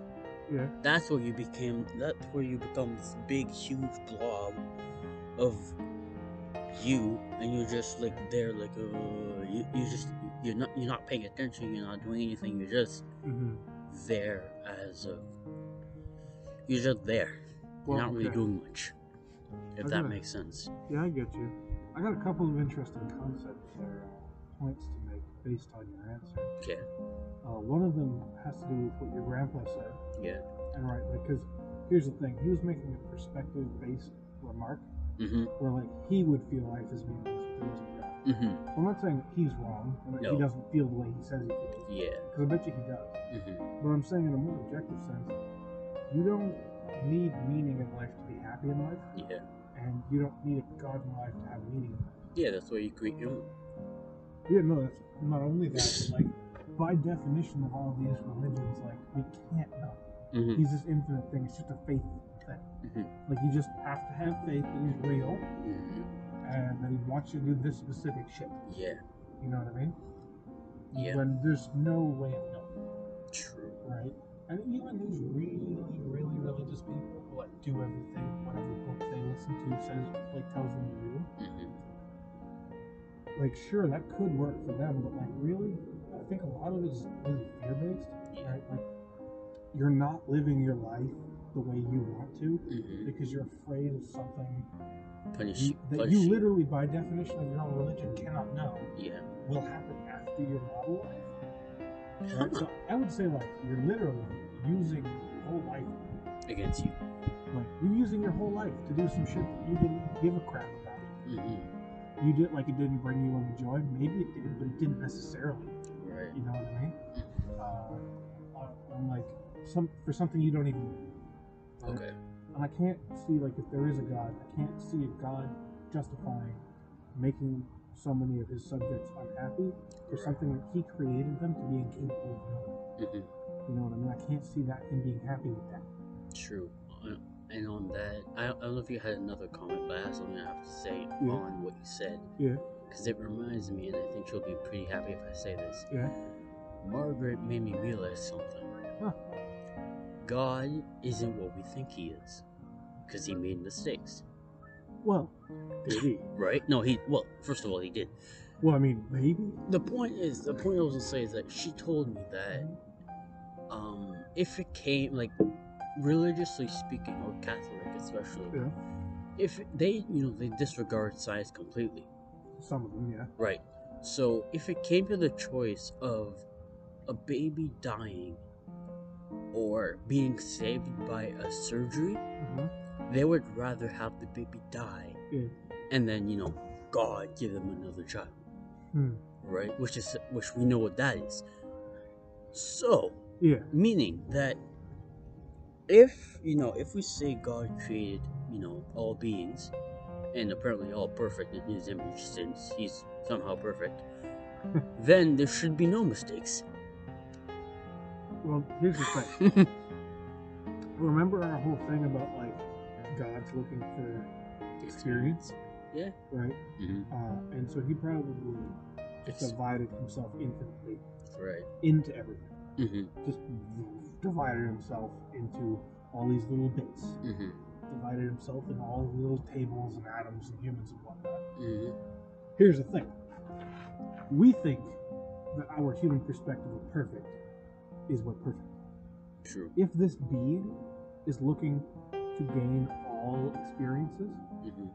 Yeah.
that's where you became that's where you become this big huge blob of you and you're just like there like uh, you, you just you're not you're not paying attention you're not doing anything you're just
Mm-hmm.
there as a you're just there
Well,
you're not really
okay.
doing much if
I
that
gotta-
makes sense
Yeah, I get you. I got a couple of interesting concepts or uh, points to make based on your answer.
Okay.
Uh, one of them has to do with what your grandpa said.
yeah
And right, like, because here's the thing he was making a perspective based remark
mm-hmm
where, like, he would feel life is meaningless if there wasn't God.
mm-hmm
So I'm not saying he's wrong and that
No.
he doesn't feel the way he says he feels.
yeah
Because I bet you he does.
mm-hmm
But I'm saying in a more objective sense, you don't need meaning in life to be happy in life,
yeah
and you don't need a God in life to have meaning in life.
yeah that's where you create your own
Yeah, no, that's not only that, but like by definition of all these religions, like we can't know.
mm-hmm
He's this infinite thing, it's just a faith thing. Like you just have to have faith that he's real
mm-hmm
and that he wants you to do this specific shit.
yeah
You know what I mean?
Yeah.
When there's no way of knowing.
true
right?
And even these really, really religious people who like do everything, whatever book they listen to says, like tells them to do.
mm-hmm
Like, sure, that could work for them, but like, really, I think a lot of it is really fear based,
yeah
right? Like, you're not living your life the way you want to
mm-hmm
because you're afraid of something
punish
you, that
punish
you literally, by definition of your own religion, cannot know
yeah
will happen after your model life. Right? so I would say, like, you're literally using your whole life
against you
Like you're using your whole life to do some shit that you didn't give a crap about.
mm-hmm
You did like it didn't bring you any joy. Maybe it did, but it didn't necessarily.
right
You know what I mean? Uh, on- on like some for something you don't even. know, right?
okay
And I can't see like if there is a god, I can't see a god justifying making so many of his subjects unhappy for something that he created them to be incapable of doing.
mm-hmm
You know what I mean? I can't see that him being happy with that.
True. On- And on that, I I don't know if you had another comment, but I have something I have to say
Yeah.
on what you said.
Yeah.
Because it reminds me, and I think she'll be pretty happy if I say this.
Yeah.
Margaret made me realize something.
Huh.
God isn't what we think he is, because he made mistakes.
Well, maybe.
Right? No, he. Well, first of all, he did.
well, I mean, maybe.
The point is, the point I was gonna say is that she told me that, um, if it came like religiously speaking, or Catholic especially,
Yeah.
if they, you know, they disregard science completely,
Some of them, yeah.
right? So if it came to the choice of a baby dying or being saved by a surgery,
Mhm.
they would rather have the baby die
Yeah.
and then you know god give them another child
Hmm.
right which is which we know what that is so
Yeah.
meaning that if you know if we say god created you know all beings and apparently all perfect in his image since he's somehow
[laughs]
perfect then there should be no mistakes
Well, here's the thing. Remember our whole thing about like God's looking for experience,
yeah
right?
hmm
Uh, and so he probably just
It's-
divided himself infinitely
right
into everything.
hmm
Just divided himself into all these little bits,
hmm
divided himself in all the little tables and atoms and humans and whatnot.
hmm
Here's the thing we think that our human perspective of perfect is what perfect
True.
if this being is looking to gain all experiences,
hmm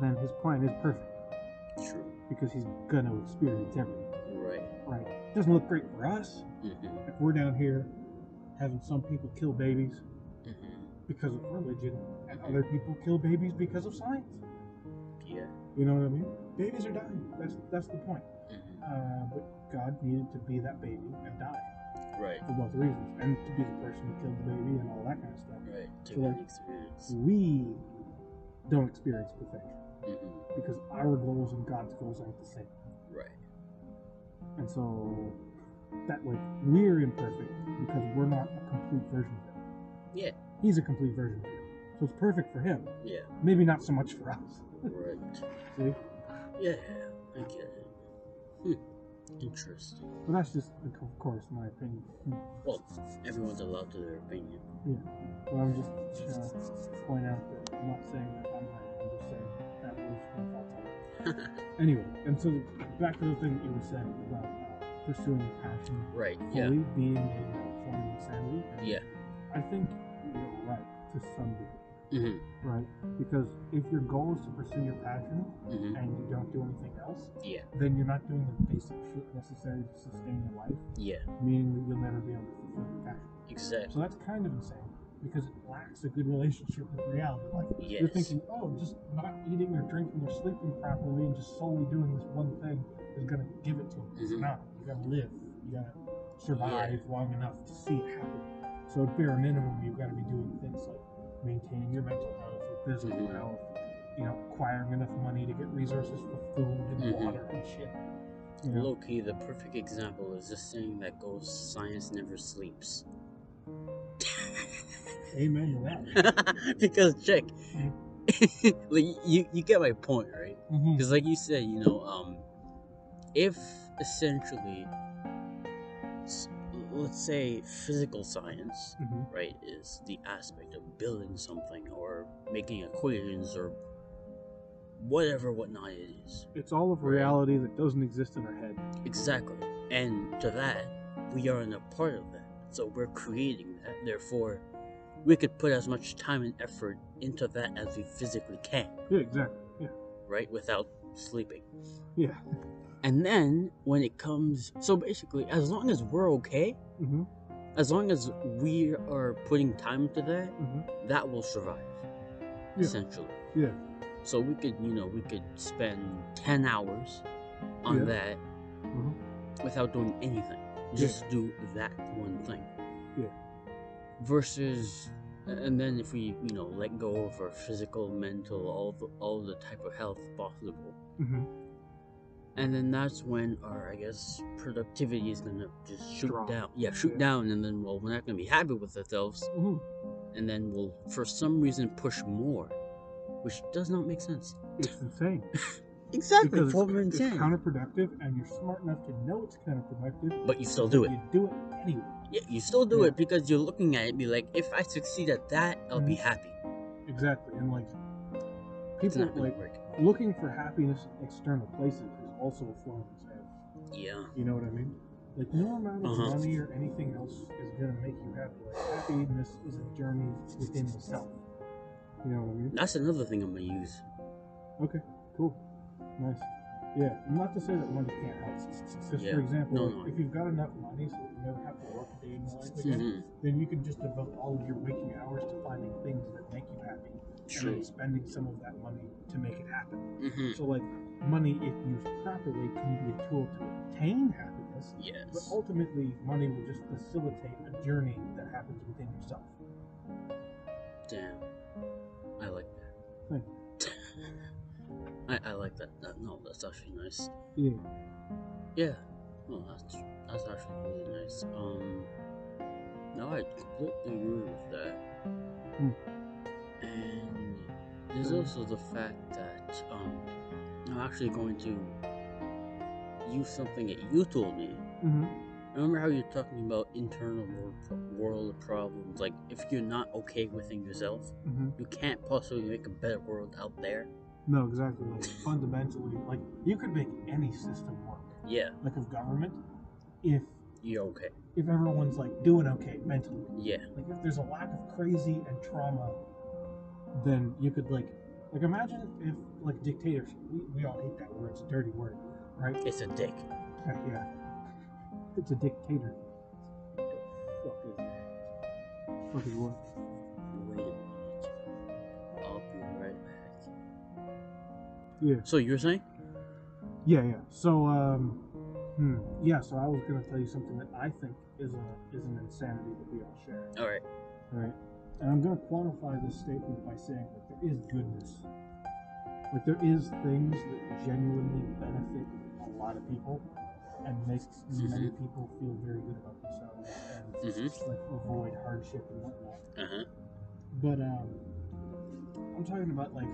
then his plan is perfect
True.
because he's gonna experience everything.
Right.
Right? Doesn't look great for us.
hmm
Like we're down here having some people kill babies
hmm
because of religion, and other people kill babies because of science.
Yeah.
You know what I mean? Babies are dying. That's that's the point.
hmm
Uh, but God needed to be that baby and die
Right.
for both reasons, and to be the person who killed the baby and all that kind of stuff.
Right. To
So, like,
an experience.
We don't experience perfection.
hmm
because our goals and God's goals aren't the same.
Right.
And so that like we're imperfect because we're not a complete version of him.
Yeah.
He's a complete version of him. So it's perfect for him.
Yeah.
Maybe not so much for us.
Right.
See?
Yeah. I get it. Hmm. Interesting.
But that's just like, of course my opinion. Hmm.
Well, everyone's allowed to their opinion.
But I'm just trying to point out that I'm not saying that I'm right. I'm just saying that was my fault. Anyway, and so back to the thing you were saying about uh, pursuing your passion
right. Yeah.
fully, being a form of insanity.
Yeah.
I think you're right to some degree,
hmm
right? Because if your goal is to pursue your passion
hmm
and you don't do anything else,
Yeah.
then you're not doing the basic shit necessary to sustain your life,
Yeah.
meaning that you'll never be able to fulfill your passion. So
Exactly.
that's kind of insane because it lacks a good relationship with reality. Like you're
Yes.
thinking, oh, just not eating or drinking or sleeping properly and just solely doing this one thing is gonna give it to me. It's
Mhm.
not. You gotta live. You gotta survive long enough to see it happen. So at bare minimum, you've got to be doing things like maintaining your mental health, your physical
Mhm.
health, you know, acquiring enough money to get resources for food and
Mhm.
water and shit. You know?
Low key, the perfect example is this saying that goes science never
[laughs]
sleeps. [laughs]
Amen to that.
[laughs] because check, [laughs] like you, you get my point, right?
Mhm.
Because like you said, you know, um, if essentially, s- let's say physical science,
Mhm.
right, is the aspect of building something or making equations or whatever whatnot it is,
It's all of reality that doesn't exist in our head.
Exactly. And to that, we aren't a part of that. So we're creating that. Therefore, we could put as much time and effort into that as we physically can,
Yeah, exactly.
right? Without sleeping.
Yeah.
And then when it comes, so basically, as long as we're okay,
Mm-hmm.
Mhm.
as long as we are putting time into that,
Mm-hmm.
Mhm.
that will survive,
Yeah.
essentially.
Yeah.
So we could, you know, we could spend 10 hours on
Yeah.
that
Mhm.
without doing anything. Just do that one thing.
Yeah.
Versus, and then if we, you know, let go of our physical, mental, all the, all the type of health possible,
Mm-hmm.
Mhm.
and then that's when our, I guess, productivity is gonna just shoot
Drop.
down. Yeah, shoot
Yeah.
down, and then well, we're not gonna be happy with ourselves,
Mm-hmm.
Mhm.
and then we'll, for some reason, push more, which does not make sense.
It's insane.
Exactly,
Because
former
it's, it's
intent.
counterproductive and
And you're smart enough to know it's counterproductive.
But you still do it.
You do it anyway.
Yeah, you still do
Yeah.
it because you're looking at it and be like, if I succeed at that, I'll
Mm.
be happy.
Exactly. And like
It's
people
not gonna
like
work.
looking for happiness in external places is also a form of insanity.
Yeah.
You know what I mean?
Like no amount of
Uh-huh.
money or anything else is gonna make you happy. Like happiness is a journey within yourself. You know what I mean?
That's another thing I'm gonna use.
Cool. Nice. Yeah. Not to say that money can't help. Because
Yeah.
for example,
No,
like,
no.
if you've got enough money so that you never have to work a day in your life again,
Mhm.
then you can just devote all of your waking hours to finding things that make you happy. And
True.
then spending some of that money to make it happen.
hmm
So like money if used properly can be a tool to attain happiness. But
Yes.
ultimately, money will just facilitate a journey that happens within yourself.
Damn. I like that.
Thank
[laughs] I, I like that. that. No, that's actually nice.
Yeah.
Yeah. No, that's that's actually really nice. Um. No, I completely agree with that.
Hmm.
And there's also the fact that um, I'm actually going to use something that you told me
Mm-hmm.
Remember how you're talking about internal world, pro- world problems? Like, if you're not okay within yourself,
Mm-hmm.
you can't possibly make a better world out there.
No, exactly.
Like, fundamentally, like you could make any system work,
Yeah,
like of government, if
you're okay.
if everyone's like doing okay mentally.
Yeah,
Like if there's a lack of crazy and trauma, then you could like like imagine if like dictatorship. We, we all hate that word. It's a dirty word, right?
it's a dick.
yeah. It's a dictator.
Fuck is that?
Fuck is what?
Wait a minute. I'll be right back.
Yeah.
So you're saying?
Yeah, yeah.
So um, hmm, yeah. So I was gonna tell you something that I think is a is an insanity that we all share.
All right.
Right. And I'm going to quantify this statement by saying that there is goodness. Like there is things that genuinely benefit a lot of people and make many people feel very good about themselves and
Mm-hmm.
like avoid hardship and whatnot.
Uh huh.
But um, I'm talking about like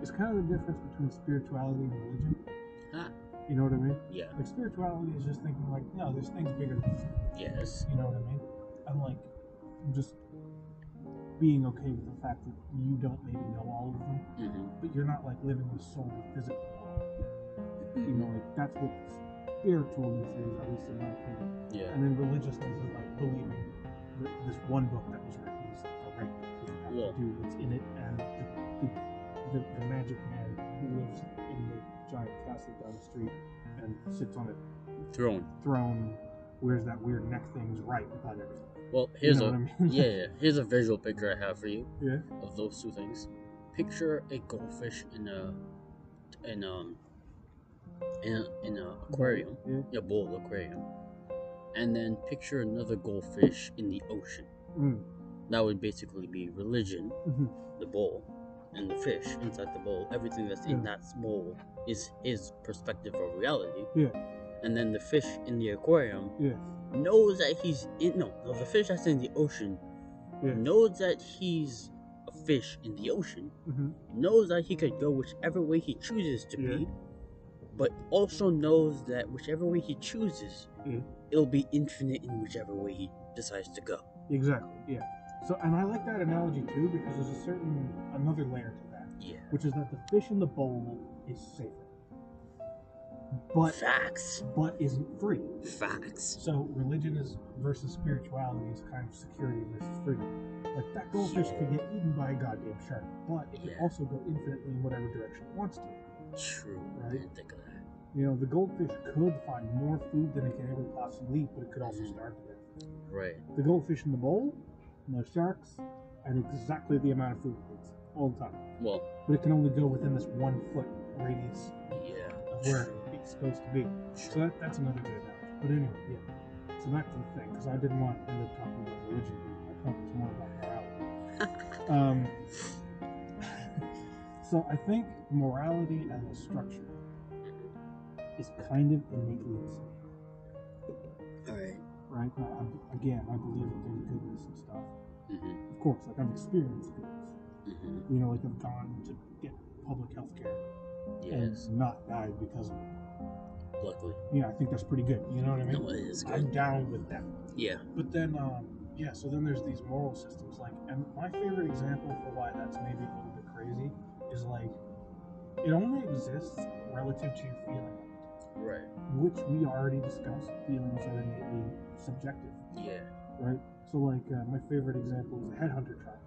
it's kind of the difference between spirituality and religion.
Ah.
You know what I mean?
Yeah.
Like spirituality is just thinking like, no, there's things bigger than this.
Yes.
You know what I mean? I'm like, I'm just being okay with the fact that you don't maybe know all of them,
Mm-hmm.
but you're not like living with solely physical. You
Mm-hmm.
know, like that's what spiritualness is, at least in my opinion.
Yeah.
And then religiousness is like believing that this one book that was written is the right you have
Yeah.
to do what's in it, and the, the, the, the magic man who lives in the giant castle down the street and sits on a
Throne.
throne, wears that weird neck thing, is right about everything.
Well, here's
you know
a
what I mean?
yeah, yeah. Here's a visual picture I have for you.
Yeah.
Of those two things, picture a goldfish in a in um in a, in a aquarium,
Yeah.
a bowl aquarium, and then picture another goldfish in the ocean.
Mm.
That would basically be religion,
Mhm.
the bowl, and the fish inside the bowl. Everything that's in that bowl is his perspective of reality.
Yeah.
And then the fish in the aquarium
Yeah.
knows that he's in no, no the fish that's in the ocean
Yeah.
knows that he's a fish in the ocean
Mhm.
knows that he could go whichever way he chooses to
Yeah.
be but also knows that whichever way he chooses
Yeah.
it'll be infinite in whichever way he decides to go
Exactly. Yeah. So, and I like that analogy too because there's a certain another layer to that,
yeah
which is that the fish in the bowl is safer, but
facts
but isn't free.
facts
So religion is versus spirituality is kind of security versus freedom. Like that goldfish could get eaten by a goddamn shark, but it
Yeah.
can also go infinitely in whatever direction it wants to.
true i
Right.
didn't think of that
You know, the goldfish could find more food than it can ever possibly eat, but it could also
Mhm.
starve to death.
right
the goldfish in the bowl, no sharks, and exactly the amount of food it needs all the time.
well
But it can only go within this one foot radius
yeah
of where it's supposed to be. So that, that's another good analogy. But anyway, yeah. So back to the thing, because I didn't want to end up talking about religion. I thought it was more about morality. um, [laughs] so I think morality as a structure is kind of innately insane
all right
right? I, I, again, I believe that there's goodness and stuff.
mm-hmm.
Of course, like I've experienced goodness.
Mm-hmm.
You know, like I've gone to get public health care
yes
and not died because of it.
luckily
Yeah, I think that's pretty good. You know what I mean?
no it is
I'm
good
down with that.
yeah
But then, um, yeah, so then there's these moral systems. Like, and my favorite example for why that's maybe a little bit crazy is like, it only exists relative to your feeling,
right
which we already discussed. Feelings are innately subjective,
yeah
right? So, like, uh, my favorite example is a headhunter tribe.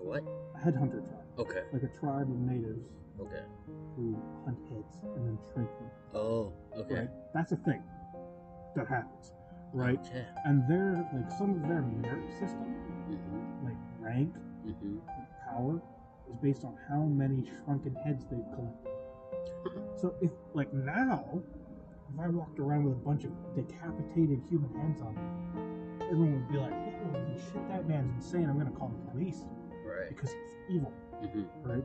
what
A headhunter tribe,
okay
like a tribe of natives
okay
who hunt heads and then shrink them.
oh okay
Right? That's a thing that happens, right?
Okay.
And their like some of their merit system,
Mm-hmm.
like rank,
Mm-hmm.
and power, is based on how many shrunken heads they've collected. So if like now, if I walked around with a bunch of decapitated human heads on me, everyone would be like, "Holy shit, that man's insane! I'm gonna call the police
Right.
because he's evil."
Mm-hmm.
Right?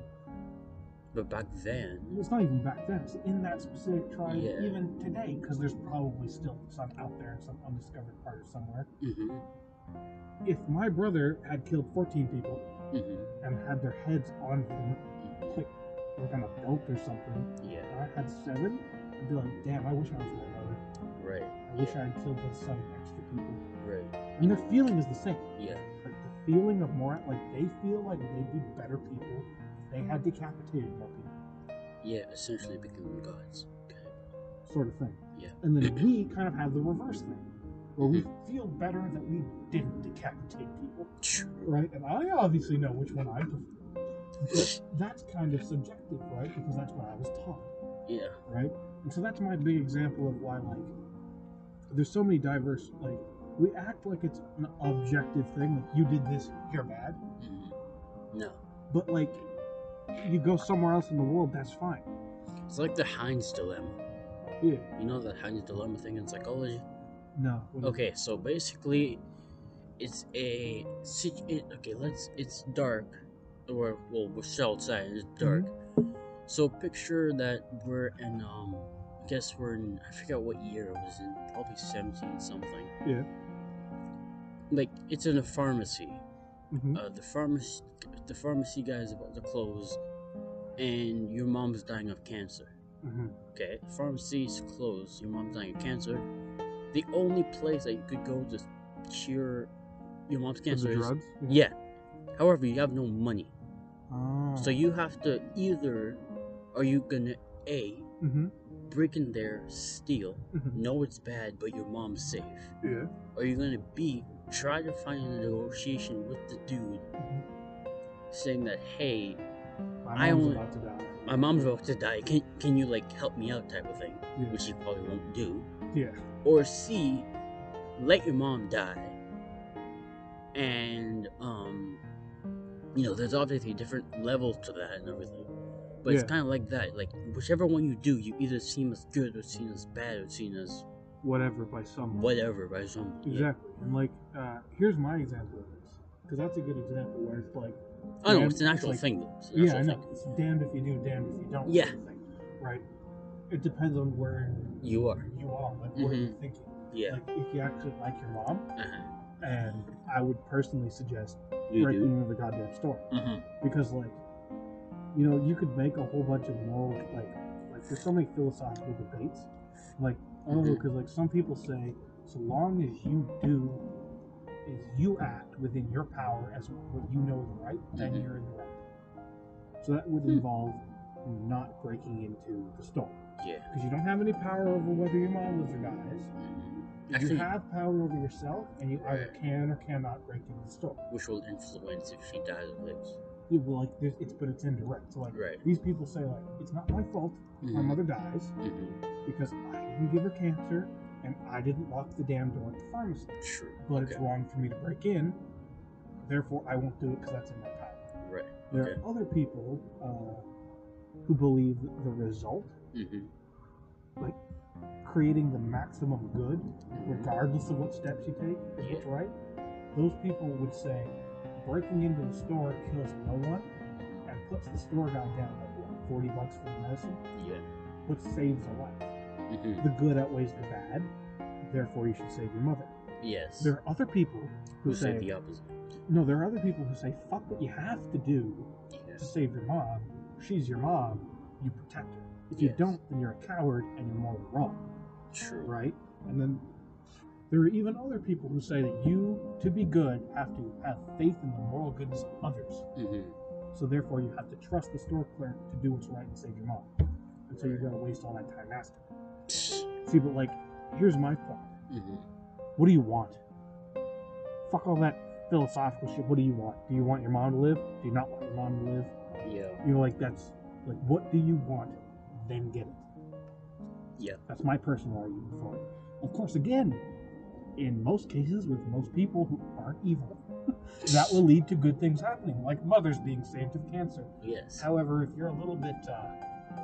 But back then,
It's not even back then. It's in that specific tribe,
Yeah.
even today, because there's probably still some out there in some undiscovered part of somewhere.
mm-hmm.
If my brother had killed 14 people
Mm-hmm.
and had their heads on him, like on a belt or something,
yeah,
and I had seven, I'd be like, damn, I wish I was my brother.
Right.
I wish I had killed those some extra people.
Right.
I mean, the feeling is the same.
Yeah.
Like the feeling of more, like they feel like they'd be better people if they had decapitated more people.
Yeah. Essentially becoming gods. Okay.
sort of thing.
Yeah.
And then we kind of have the reverse thing, where we
Mm-hmm.
feel better that we didn't decapitate people, [laughs] right? And I obviously know which one I prefer. But that's kind of subjective, right? Because that's what I was taught,
Yeah.
right? And so that's my big example of why, like, there's so many diverse, like, we act like it's an objective thing, like, you did this, you're bad.
Mhm. No.
But, like, you go somewhere else in the world, that's fine.
It's like the Heinz dilemma.
Yeah.
You know that Heinz dilemma thing in psychology.
No.
Okay, so basically, it's a sit- it, okay. Let's. It's dark, or well, we're still outside. And it's dark. So picture that we're in. Um, I guess we're in. I forget what year it was in. Probably seventeen something.
Yeah.
Like it's in a pharmacy.
Mhm.
Uh, the pharmacy, the pharmacy guy is about to close, and your mom's dying of cancer.
Mhm.
Okay, pharmacy's closed. Your mom's dying of cancer. The only place that you could go to cure your mom's
For
cancer
the
is
drugs?
yeah. However, you have no money,
Ah.
so you have to either are you gonna a
Mhm.
break in there, steal,
Mhm.
know it's bad, but your mom's safe.
Yeah.
Are you gonna b try to find a negotiation with the dude,
Mhm.
saying that hey,
My
I
mom's
only-
about to die.
my mom's about to die. Can can you like help me out type of thing,
Yeah.
which you probably won't do.
Yeah.
Or C, let your mom die. And um, you know, there's obviously different levels to that and everything. But it's
Yeah.
kind of like that. Like whichever one you do, you either seem as good or seen as bad or seen as
Whatever by someone.
whatever by someone. Yeah.
Exactly. And like, uh, here's my example of this, because that's a good example where it's like,
I don't know.
Yeah,
It's an
it's
actual
like-
thing. Though. It's an
yeah, I
actual
know, it's damned if you do, damned if you don't.
Yeah.
sort of thing, right. It depends on where
thing. You are.
you are, like what are you thinking.
Mm-hmm. Yeah.
Like, if you actually like your mom,
uh-huh.
and I would personally suggest
You
breaking
do.
into the goddamn store
Mhm.
because, like, you know, you could make a whole bunch of moral, like, like there's so many philosophical debates, like, oh,
Mhm.
because like some people say, so long as you do, is you act within your power as what you know is right, then
Mhm.
you're in the right. So that would
Hmm.
involve not breaking into the store
Yeah.
because you don't have any power over whether your mom lives or dies.
Mhm.
You
Actually,
have power over yourself, and you either
Right.
can or cannot break into the store.
which will influence if she dies or lives.
Yeah, well, like there's, it's but it's indirect. So like
Right.
these people say like it's not my fault if my
Mhm.
mother dies
Mhm.
because I didn't give her cancer and I didn't lock the damn door at the pharmacy.
True.
But
okay.
it's wrong for me to break in. Therefore, I won't do it because that's in my power.
Right.
There
Okay.
are other people uh, who believe that the result,
Mhm.
creating the maximum good,
Mhm.
regardless of what steps you take, is what's right. Those people would say breaking into the store kills no one and puts the store guy down like what, 40 bucks for the medicine,
Yeah.
which saves a life.
Mhm.
The good outweighs the bad, therefore you should save your mother.
Yes.
There are other people who
Who said
say,
the opposite?
no, there are other people who say, fuck what you have to do to
Yes.
save your mom. She's your mom, you protect her. If you
Yes.
don't, then you're a coward and you're morally wrong,
True.
right? And then there are even other people who say that you, to be good, have to have faith in the moral goodness of others.
Mhm.
So therefore, you have to trust the store clerk to do what's right and save your mom. And so you're gonna waste all that time asking.
Mm-hmm.
See, but like, here's my point.
Mhm.
What do you want? Fuck all that philosophical shit. What do you want? Do you want your mom to live? Do you not want your mom to live?
Yeah.
You know, like that's like, what do you want? Then get it.
Yeah.
That's my personal argument for it. Of course, again, in most cases with most people who aren't evil, that will lead to good things happening, like mothers being saved of cancer.
Yes.
However, if you're a little bit uh,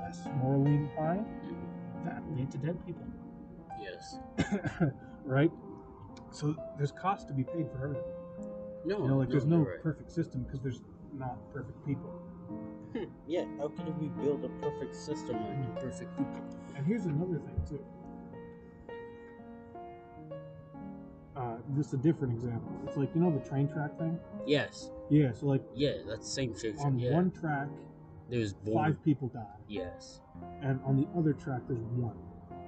less morally inclined,
Mhm.
that will lead to dead people, [laughs]
Yes.
right? So there's cost to be paid for everything.
No.
You know, like there's no
Oh, you're right.
perfect system because there's not perfect people.
Hmm, Yeah. How can we build a perfect system on imperfect people?
And here's another thing too. Uh, this is a different example. It's like you know the train track thing.
Yes.
Yeah. So like
Yeah. That's the same shit.
on
yeah.
one track
There's one.
Five people die.
Yes.
and on the other track there's one.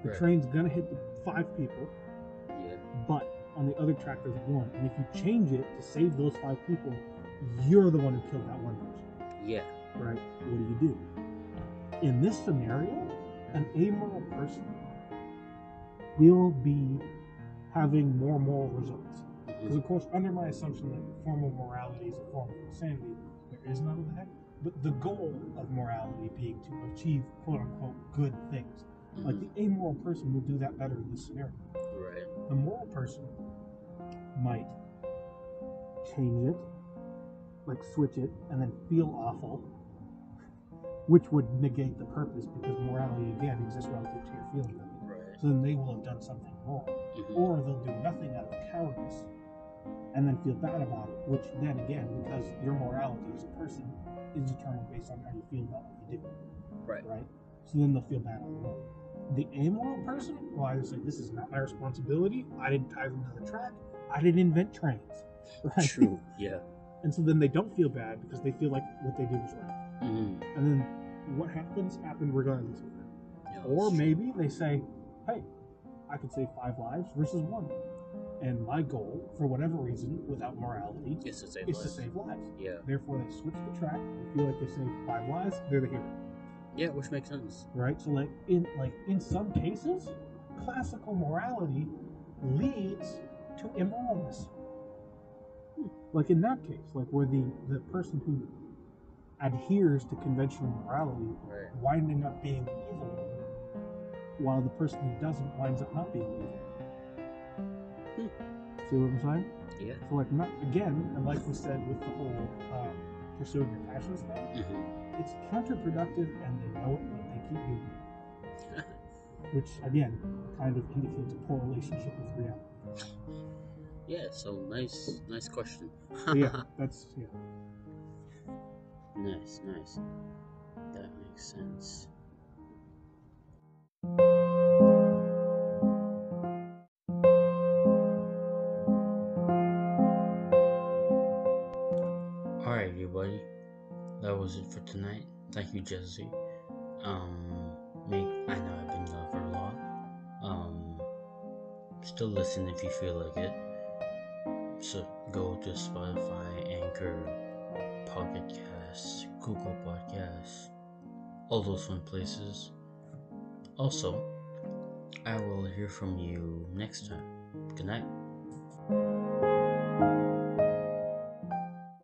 The
Right.
train's gonna hit the five people,
Yeah.
but on the other track there's one. And if you change it to save those five people, you're the one who killed that one person,
Yeah.
right? What do you do? In this scenario, an amoral person will be having more moral results. Because
Mhm.
of course, under my assumption that the form of morality is a form of insanity, there is none of that. But the goal of morality being to achieve quote unquote good things. Like the amoral person will do that better in this scenario.
Mhm. Mm-hmm. Right.
The moral person might change it, like switch it, and then feel awful, which would negate the purpose because morality again exists relative to your feeling of it.
Right.
So then they will have done something wrong
Mhm.
or they'll do nothing out of cowardice and then feel bad about it, which then again, because your morality as a person is determined based on how you feel about what you do.
Right.
Right? So then they'll feel bad all the way. The amoral person will either say, This is not my responsibility, I didn't tie them to the track, I didn't invent trains. [laughs] Right?
True. Yeah.
And so then they don't feel bad because they feel like what they did was right.
Mhm.
And then what happens happened regardless of that.
Yeah,
Or
that's-
maybe they say, hey, I could save five lives versus one. And my goal, for whatever reason, without morality,
It's the same.
is to
life.
save lives.
Yeah.
Therefore, they switch the track. They feel like they saved five lives. They're the hero,
Yeah, which makes sense.
right? So, like in like in some cases, classical morality leads to immoralness. Like in that case, like where the the person who adheres to conventional morality
Right.
winding up being evil, while the person who doesn't winds up not being evil. See what I'm saying?
Yeah.
So, like, not, again, and like we said with the whole um, pursuing your passions thing,
Mhm.
it's counterproductive and they know it, but they keep doing it. Which, again, kind of indicates a poor relationship with reality.
[laughs] Yeah. So nice, nice question. [laughs]
So, yeah, that's, yeah.
Nice, nice. That makes sense. Alright, everybody. That was it for tonight. Thank you, Jesse. Um, make I know I've been gone for a lot. Um, still listen if you feel like it. So go to Spotify, Anchor, Pocket Casts, Google Podcasts, all those fun places. Also, I will hear from you next time. Good night.